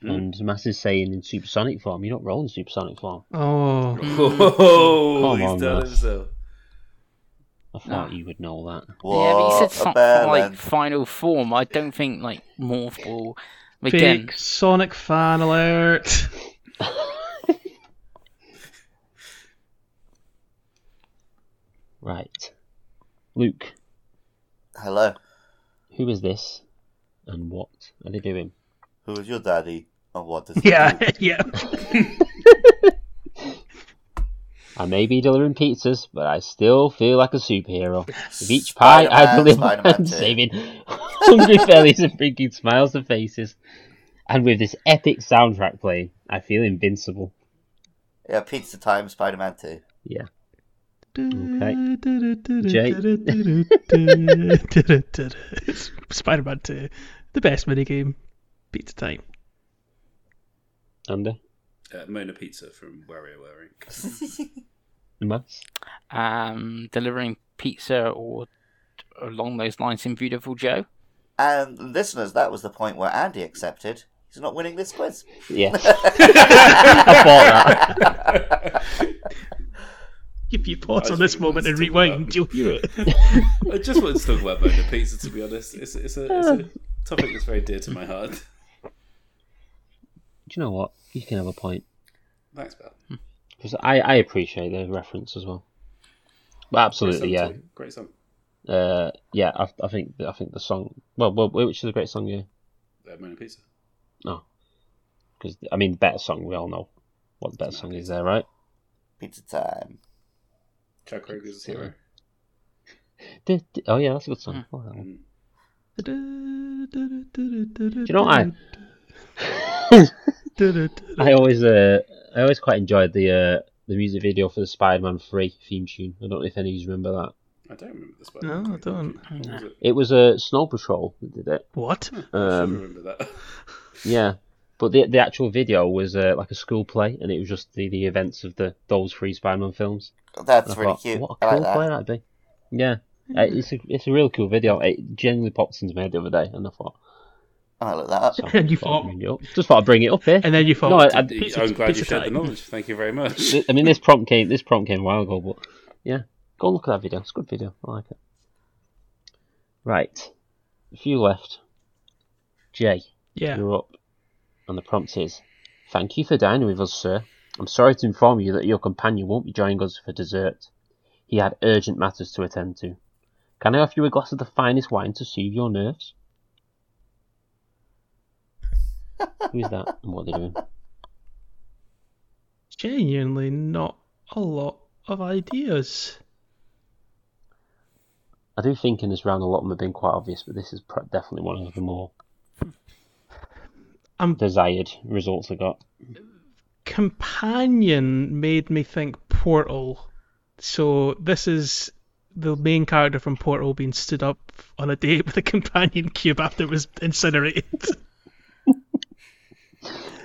Hmm.
and Mass is saying in supersonic form you're not rolling in supersonic form.
Oh,
Oh,
Come on,
he's done
Matt.
himself.
I thought you would know that.
yeah, but you
What
said
a
something
bear
like
then.
final form. I don't think like morph ball.
*laughs*
Again,
big Sonic fan alert.
Right, Luke,
Hello,
who is this, and what are they doing?
who is your daddy? And what does he
yeah,
do?
yeah.
I may be delivering pizzas, but I still feel like a superhero. With each pie *laughs* I
Spider-Man,
deliver,
Spider-Man
I'm
too.
saving hungry bellies and bringing smiles to faces. And with this epic soundtrack playing, I feel invincible.
Yeah, pizza time, Spider Man 2.
Yeah.
Spider Man 2, the best minigame. Pizza time.
Under,
Uh, Mona Pizza from WarioWare
*laughs*
Inc.
mass.
um, delivering pizza or along those lines in Beautiful Joe.
And listeners, that was the point where Andy accepted he's not winning this quiz.
*laughs* Yes. I thought that.
If you pause
I
on this
think
moment
that's
and
too loud.
rewind, you'll hear it.
I just wanted to talk about Mona Pizza, to be honest. It's, it's, a,
*laughs*
it's a topic that's very dear to my heart.
Do you know what? You can have a point.
Thanks, pal.
'Cause I, I appreciate the reference as well. But absolutely, yeah.
Song too. Great song.
Uh, yeah, I, I think I think the song. Well, well, which is a great song, yeah.
Uh, Mona Pizza.
Because I mean, better song we all know what the better song is there, right?
Pizza time.
Chuck Kroger's a hero.
Du- du- Oh yeah, that's a good song. I like that one.
Mm.
Do
you know what I always uh, I always quite enjoyed the uh, the music video for the Spider-Man Three theme tune. I don't know if any of you remember that.
I don't remember this one.
No, I don't.
What was it?
It was a uh, Snow Patrol who did it.
What?
I
Um,
should remember
uh,
that.
yeah, but the the actual video was uh, like a school play, and it was just the, the events of the those three Spider-Man films.
That's
And I
really
thought,
cute.
What a
I
cool
like that.
play that'd be. Yeah. Uh, It's a it's a real cool video. It genuinely popped into my head the other day, and I
*laughs*
thought,
I like that.
so
And you
thought I'd
thought-
bring it up. just thought I'd bring it up here.
And then you thought,
No, I- I-
*laughs*
pizza-
I'm glad you
pizza
shared the
time.
knowledge. Thank you very much.
Th- I mean, this prompt came. This prompt came a while ago, but yeah, go and look at that video. It's a good video. I like it. Right, a few left. Jay,
Yeah.
you're up, and the prompt is: "Thank you for dining with us, sir. I'm sorry to inform you that your companion won't be joining us for dessert. He had urgent matters to attend to. Can I offer you a glass of the finest wine to soothe your nerves?" Who's that? And what they're doing?
Genuinely not a lot of ideas.
I do think in this round a lot of them have been quite obvious, but this is pr- definitely one of the more
I'm
desired results I got.
companion made me think Portal. So this is the main character from Portal being stood up on a date with a companion cube after it was incinerated. *laughs*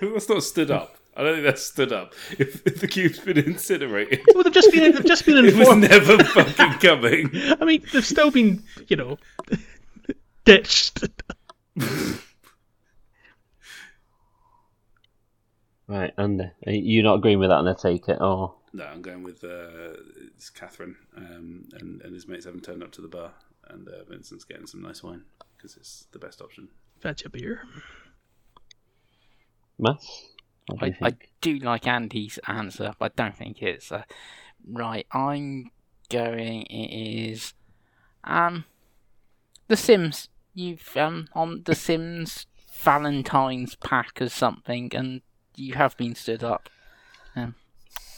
That's not stood up. I don't think that's stood up. If, if the cube's been
*laughs*
incinerated,
well, they've just been they've just been
it was
informed.
never fucking
*laughs*
coming.
I mean, they've still been you know *laughs* ditched.
Right, Andy, are you not agreeing with that, and I take it. Oh,
No, I'm going with uh, it's Catherine um, and, and his mates haven't turned up to the bar, and uh, Vincent's getting some nice wine because it's the best option.
Fetch a beer.
Mass, what do you
I, I
think?
do like Andy's answer, but I don't think it's uh, right. I'm going. It is um, The Sims. You've um on The Sims Valentine's pack or something, and you have been stood up. Um,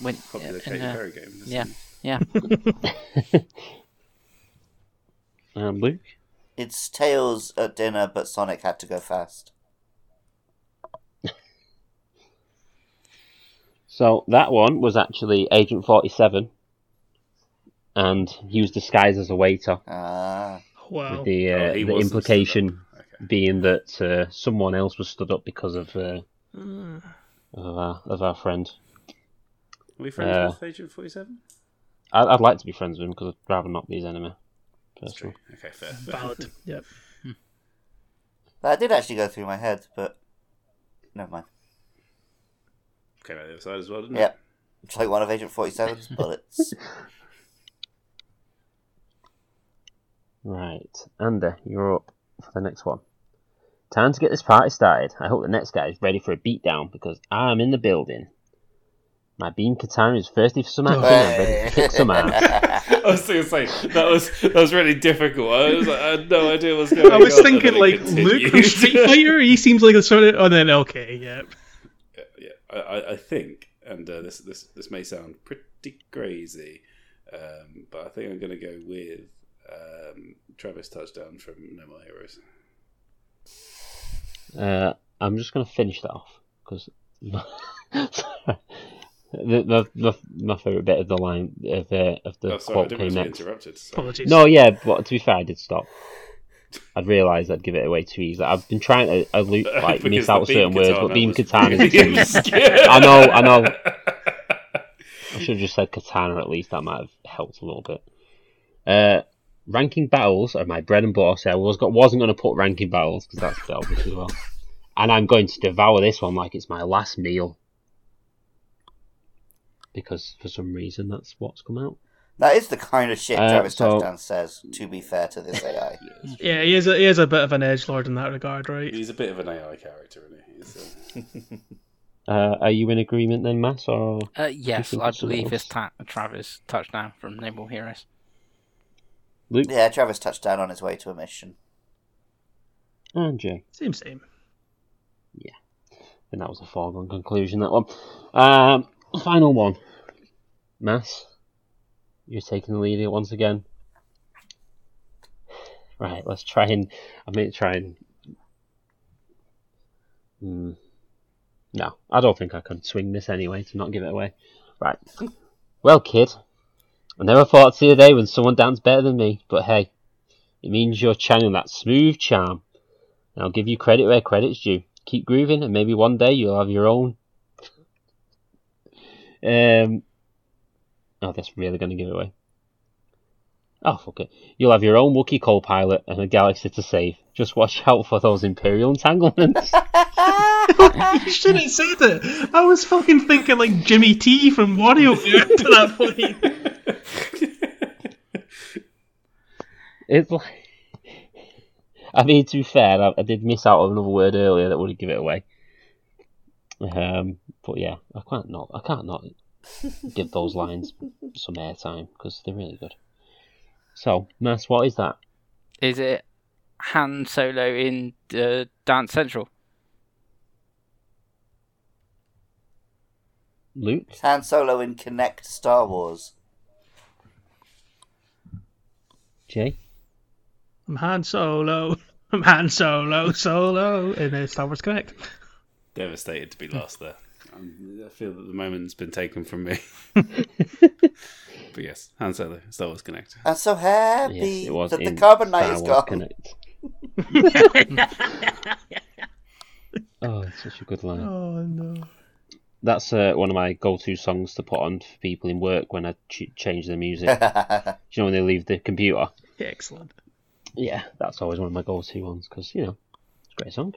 when
Popular
in
Katy
a-
Perry game. isn't
yeah,
it?
yeah.
And Luke,
It's Tails at dinner, but Sonic had to go fast.
so that one was actually Agent Forty Seven, and he was disguised as a waiter,
Ah.
Wow.
with the uh,
Oh, he
the
wasn't stood up.
implication
Okay.
being that uh, someone else was stood up because of uh,
Mm.
of, our, of our friend.
Are we friends
Uh,
with Agent Forty Seven?
I, I'd like to be friends with him because I'd rather not be his enemy.
That's true.
personally.
Okay, fair.
Valid.
*laughs*
yep.
That did actually go through my head, but never mind.
Came out the other side as well, didn't
Yep. It's like one of Agent
*laughs*
47's bullets.
Right, Andy, you're up for the next one. Time to get this party started. I hope the next guy is ready for a beatdown because I'm in the building. My beam katana is thirsty for
Oh,
some action and ready to kick some
*laughs*
ass.
it? *laughs* I was going to say that was that was really difficult. I was like, I had no idea what's going on.
I was
and
thinking
then it
like Luke from
continued.
Street Fighter. He seems like a sort of. And then okay, yep.
uh, yeah, I, I, I think, and uh, this this this may sound pretty crazy, um, but I think I'm going to go with um, Travis touchdown from No More Heroes.
Uh, I'm just going to finish that off because *laughs* the, the, the, my favourite bit of the line of, uh, of the
oh, sorry, I
quote
didn't mean
came
to be
next.
interrupted. Sorry.
Apologies.
No, yeah, but to be fair, I did stop. I'd realised I'd give it away too easily. I've been trying to uh,
*laughs*
loop, like
Because
miss
the
out
beam
certain words, but beam
was *laughs*
katana.
really
is-
obscure.
I know, I know.
*laughs*
I should have just said katana at least. That might have helped a little bit. Uh, ranking battles are my bread and butter. So I was got, wasn't going to put ranking battles because that's a bit obvious as well. And I'm going to devour this one like it's my last meal. Because for some reason that's what's come out.
*laughs* that is the kind of shit
Uh,
Travis
so-
Touchdown says, to be fair to this
*laughs*
AI.
Yeah, he is. A, he is a bit of an edge lord in that regard, right?
He's a bit of an AI character, isn't he? He's, uh,
Uh, are you in agreement then, Mass? Or
Uh, yes,
think
I
it's something
believe it's
else?
ta- Travis touchdown from Noble Heroes.
Luke
yeah, Travis Touchdown on his way to a mission.
and Jay?
Same, *laughs* same.
And that was a foregone conclusion, that one. Um, final one. Mass, you're taking the lead here once again. Right, let's try and. I mean, try and. Hmm. no, I don't think I can swing this anyway to not give it away. Right. Well, kid, I never thought I'd see a day when someone danced better than me, but hey, it means you're channeling that smooth charm. And I'll give you credit where credit's due. Keep grooving, and maybe one day you'll have your own. Um, oh, that's really going to give it away. Oh, fuck it. You'll have your own Wookiee co pilot and a galaxy to save. Just watch out for those Imperial entanglements.
You should have said it. I was fucking thinking like Jimmy T from Wario to that point.
it's like. I mean, to be fair, I, I did miss out on another word earlier that would have given it away. Um, but yeah, I can't not. I can't not give those lines some airtime because they're really good. So, Mass, what is that?
Is it Han Solo in uh, Dance Central?
Luke?
It's Han Solo in Connect Star Wars.
Jay?
I'm Han Solo. I'm Han Solo. Solo in uh, Star Wars Connect.
*laughs* devastated to be lost there. Um, I feel that the moment's been taken from me. but yes, Han Solo, Star Wars Connect.
I'm so happy
Yes, it was
that the
in
carbon
Star
night is
Wars
gone.
Connect. *laughs* oh, it's such a good line.
Oh no.
That's uh, one of my go-to songs to put on for people in work when I ch- change the music. Do you know when they leave the computer?
Excellent.
Yeah, that's always one of my go-to ones because you know it's a great song.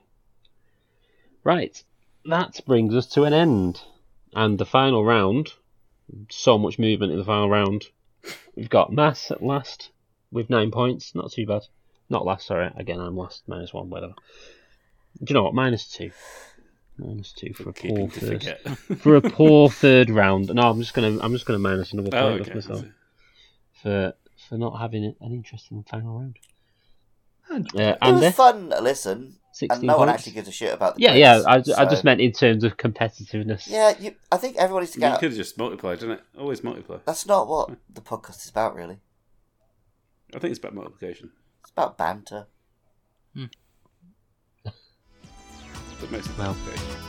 Right, that brings us to an end, and the final round. So much movement in the final round. We've got Mass at last with nine points. Not too bad. Not last, sorry. Again, I'm last. Minus one, whatever. Do you know what? Minus two. Minus two for a poor
Keeping to
first
forget. *laughs* Oh,
for a poor third round. No, I'm just gonna I'm just gonna minus another point
oh,
off
okay.
myself for for not having an interesting final round.
And-
Uh,
It was
Andy,
fun to listen,
16
and no one
points.
actually gives a shit about the
Yeah,
quiz,
yeah. I, I
so-
just meant in terms of competitiveness.
Yeah, you, I think everybody's
You
got.
could have just multiplied, didn't it? Always multiply.
That's not what the podcast is about, really.
I think it's about multiplication.
It's about banter.
But mostly
Well.
multiplication.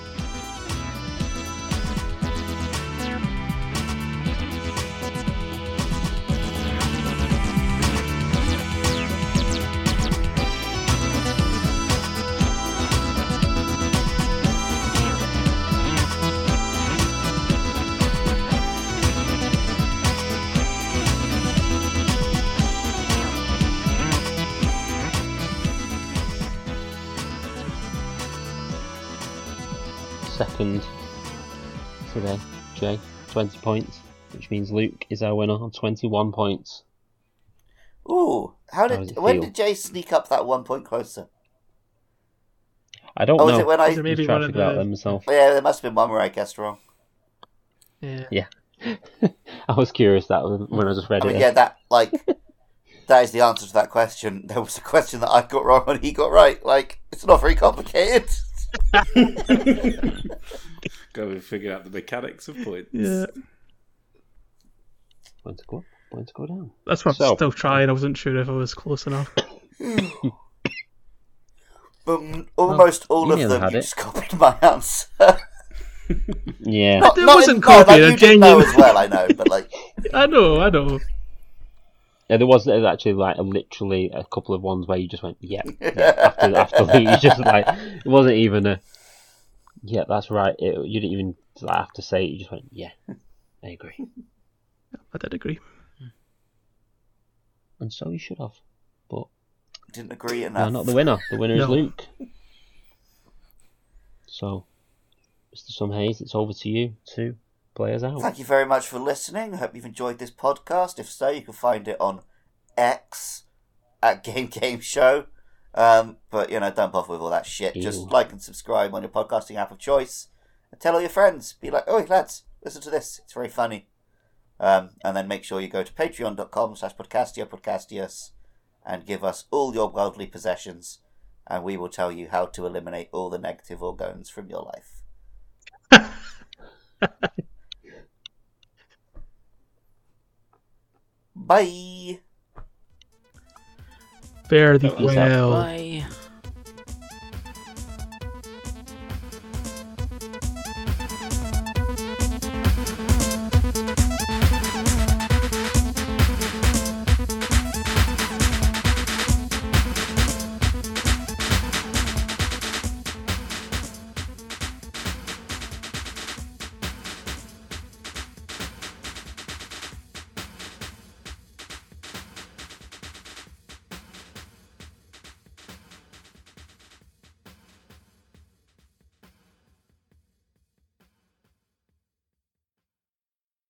second today, Jay. 20 points, which means Luke is our winner on 21 points.
Ooh, how
How does
did
it
when
feel?
did Jay sneak up that one point closer?
I don't
Oh,
know.
was it when
There
I?
may- Maybe
Just trying
one
to
of
figure out
the-
that myself.
Yeah, there must have been one where I guessed wrong.
Yeah.
I was curious that when when I just read
I mean,
it.
Oh, yeah, that like *laughs* that is the answer to that question. There was a question that I got wrong and he got right. Like, it's not very complicated. *laughs*
Go and figure out the mechanics of points.
Yeah.
When to go up, when to go down.
That's what
So-
I'm still trying. I wasn't sure if I was close enough.
But m- almost all
you
of
nearly
them
had
you
it.
just *laughs* copied my answer. not,
Yeah.
It
not
wasn't
in-
copying,
No, like,
a
you didn't know
genuine-
as well. I know, but like,
I know, I know.
Yeah, there was there's actually like a, literally a couple of ones where you just went, yeah, yeah. After, after Luke, you just like it wasn't even a, yeah, that's right. It, you didn't even like, have to say it. You just went, yeah, I agree,
I did agree.
and so you should have. But
didn't
*laughs*
agree
no,
enough.
not the winner. The winner is
No.
Luke. So, Mr. Sum Hayes, it's over to you to play us out.
Thank you very much for listening. I hope you've enjoyed this podcast. If so, you can find it on X at Game *laughs* Game Show. Um, but you know, don't bother with all that shit. Just
Ew.
like and subscribe on your podcasting app of choice, and tell all your friends. Be like, "Oh, lads, listen to this. It's very funny." Um, and then make sure you go to Patreon.com/slash Podcastia Podcastius and give us all your worldly possessions, and we will tell you how to eliminate all the negative organs from your life. Bye.
Fare thee
That was
that.
well. Oh.
Bye.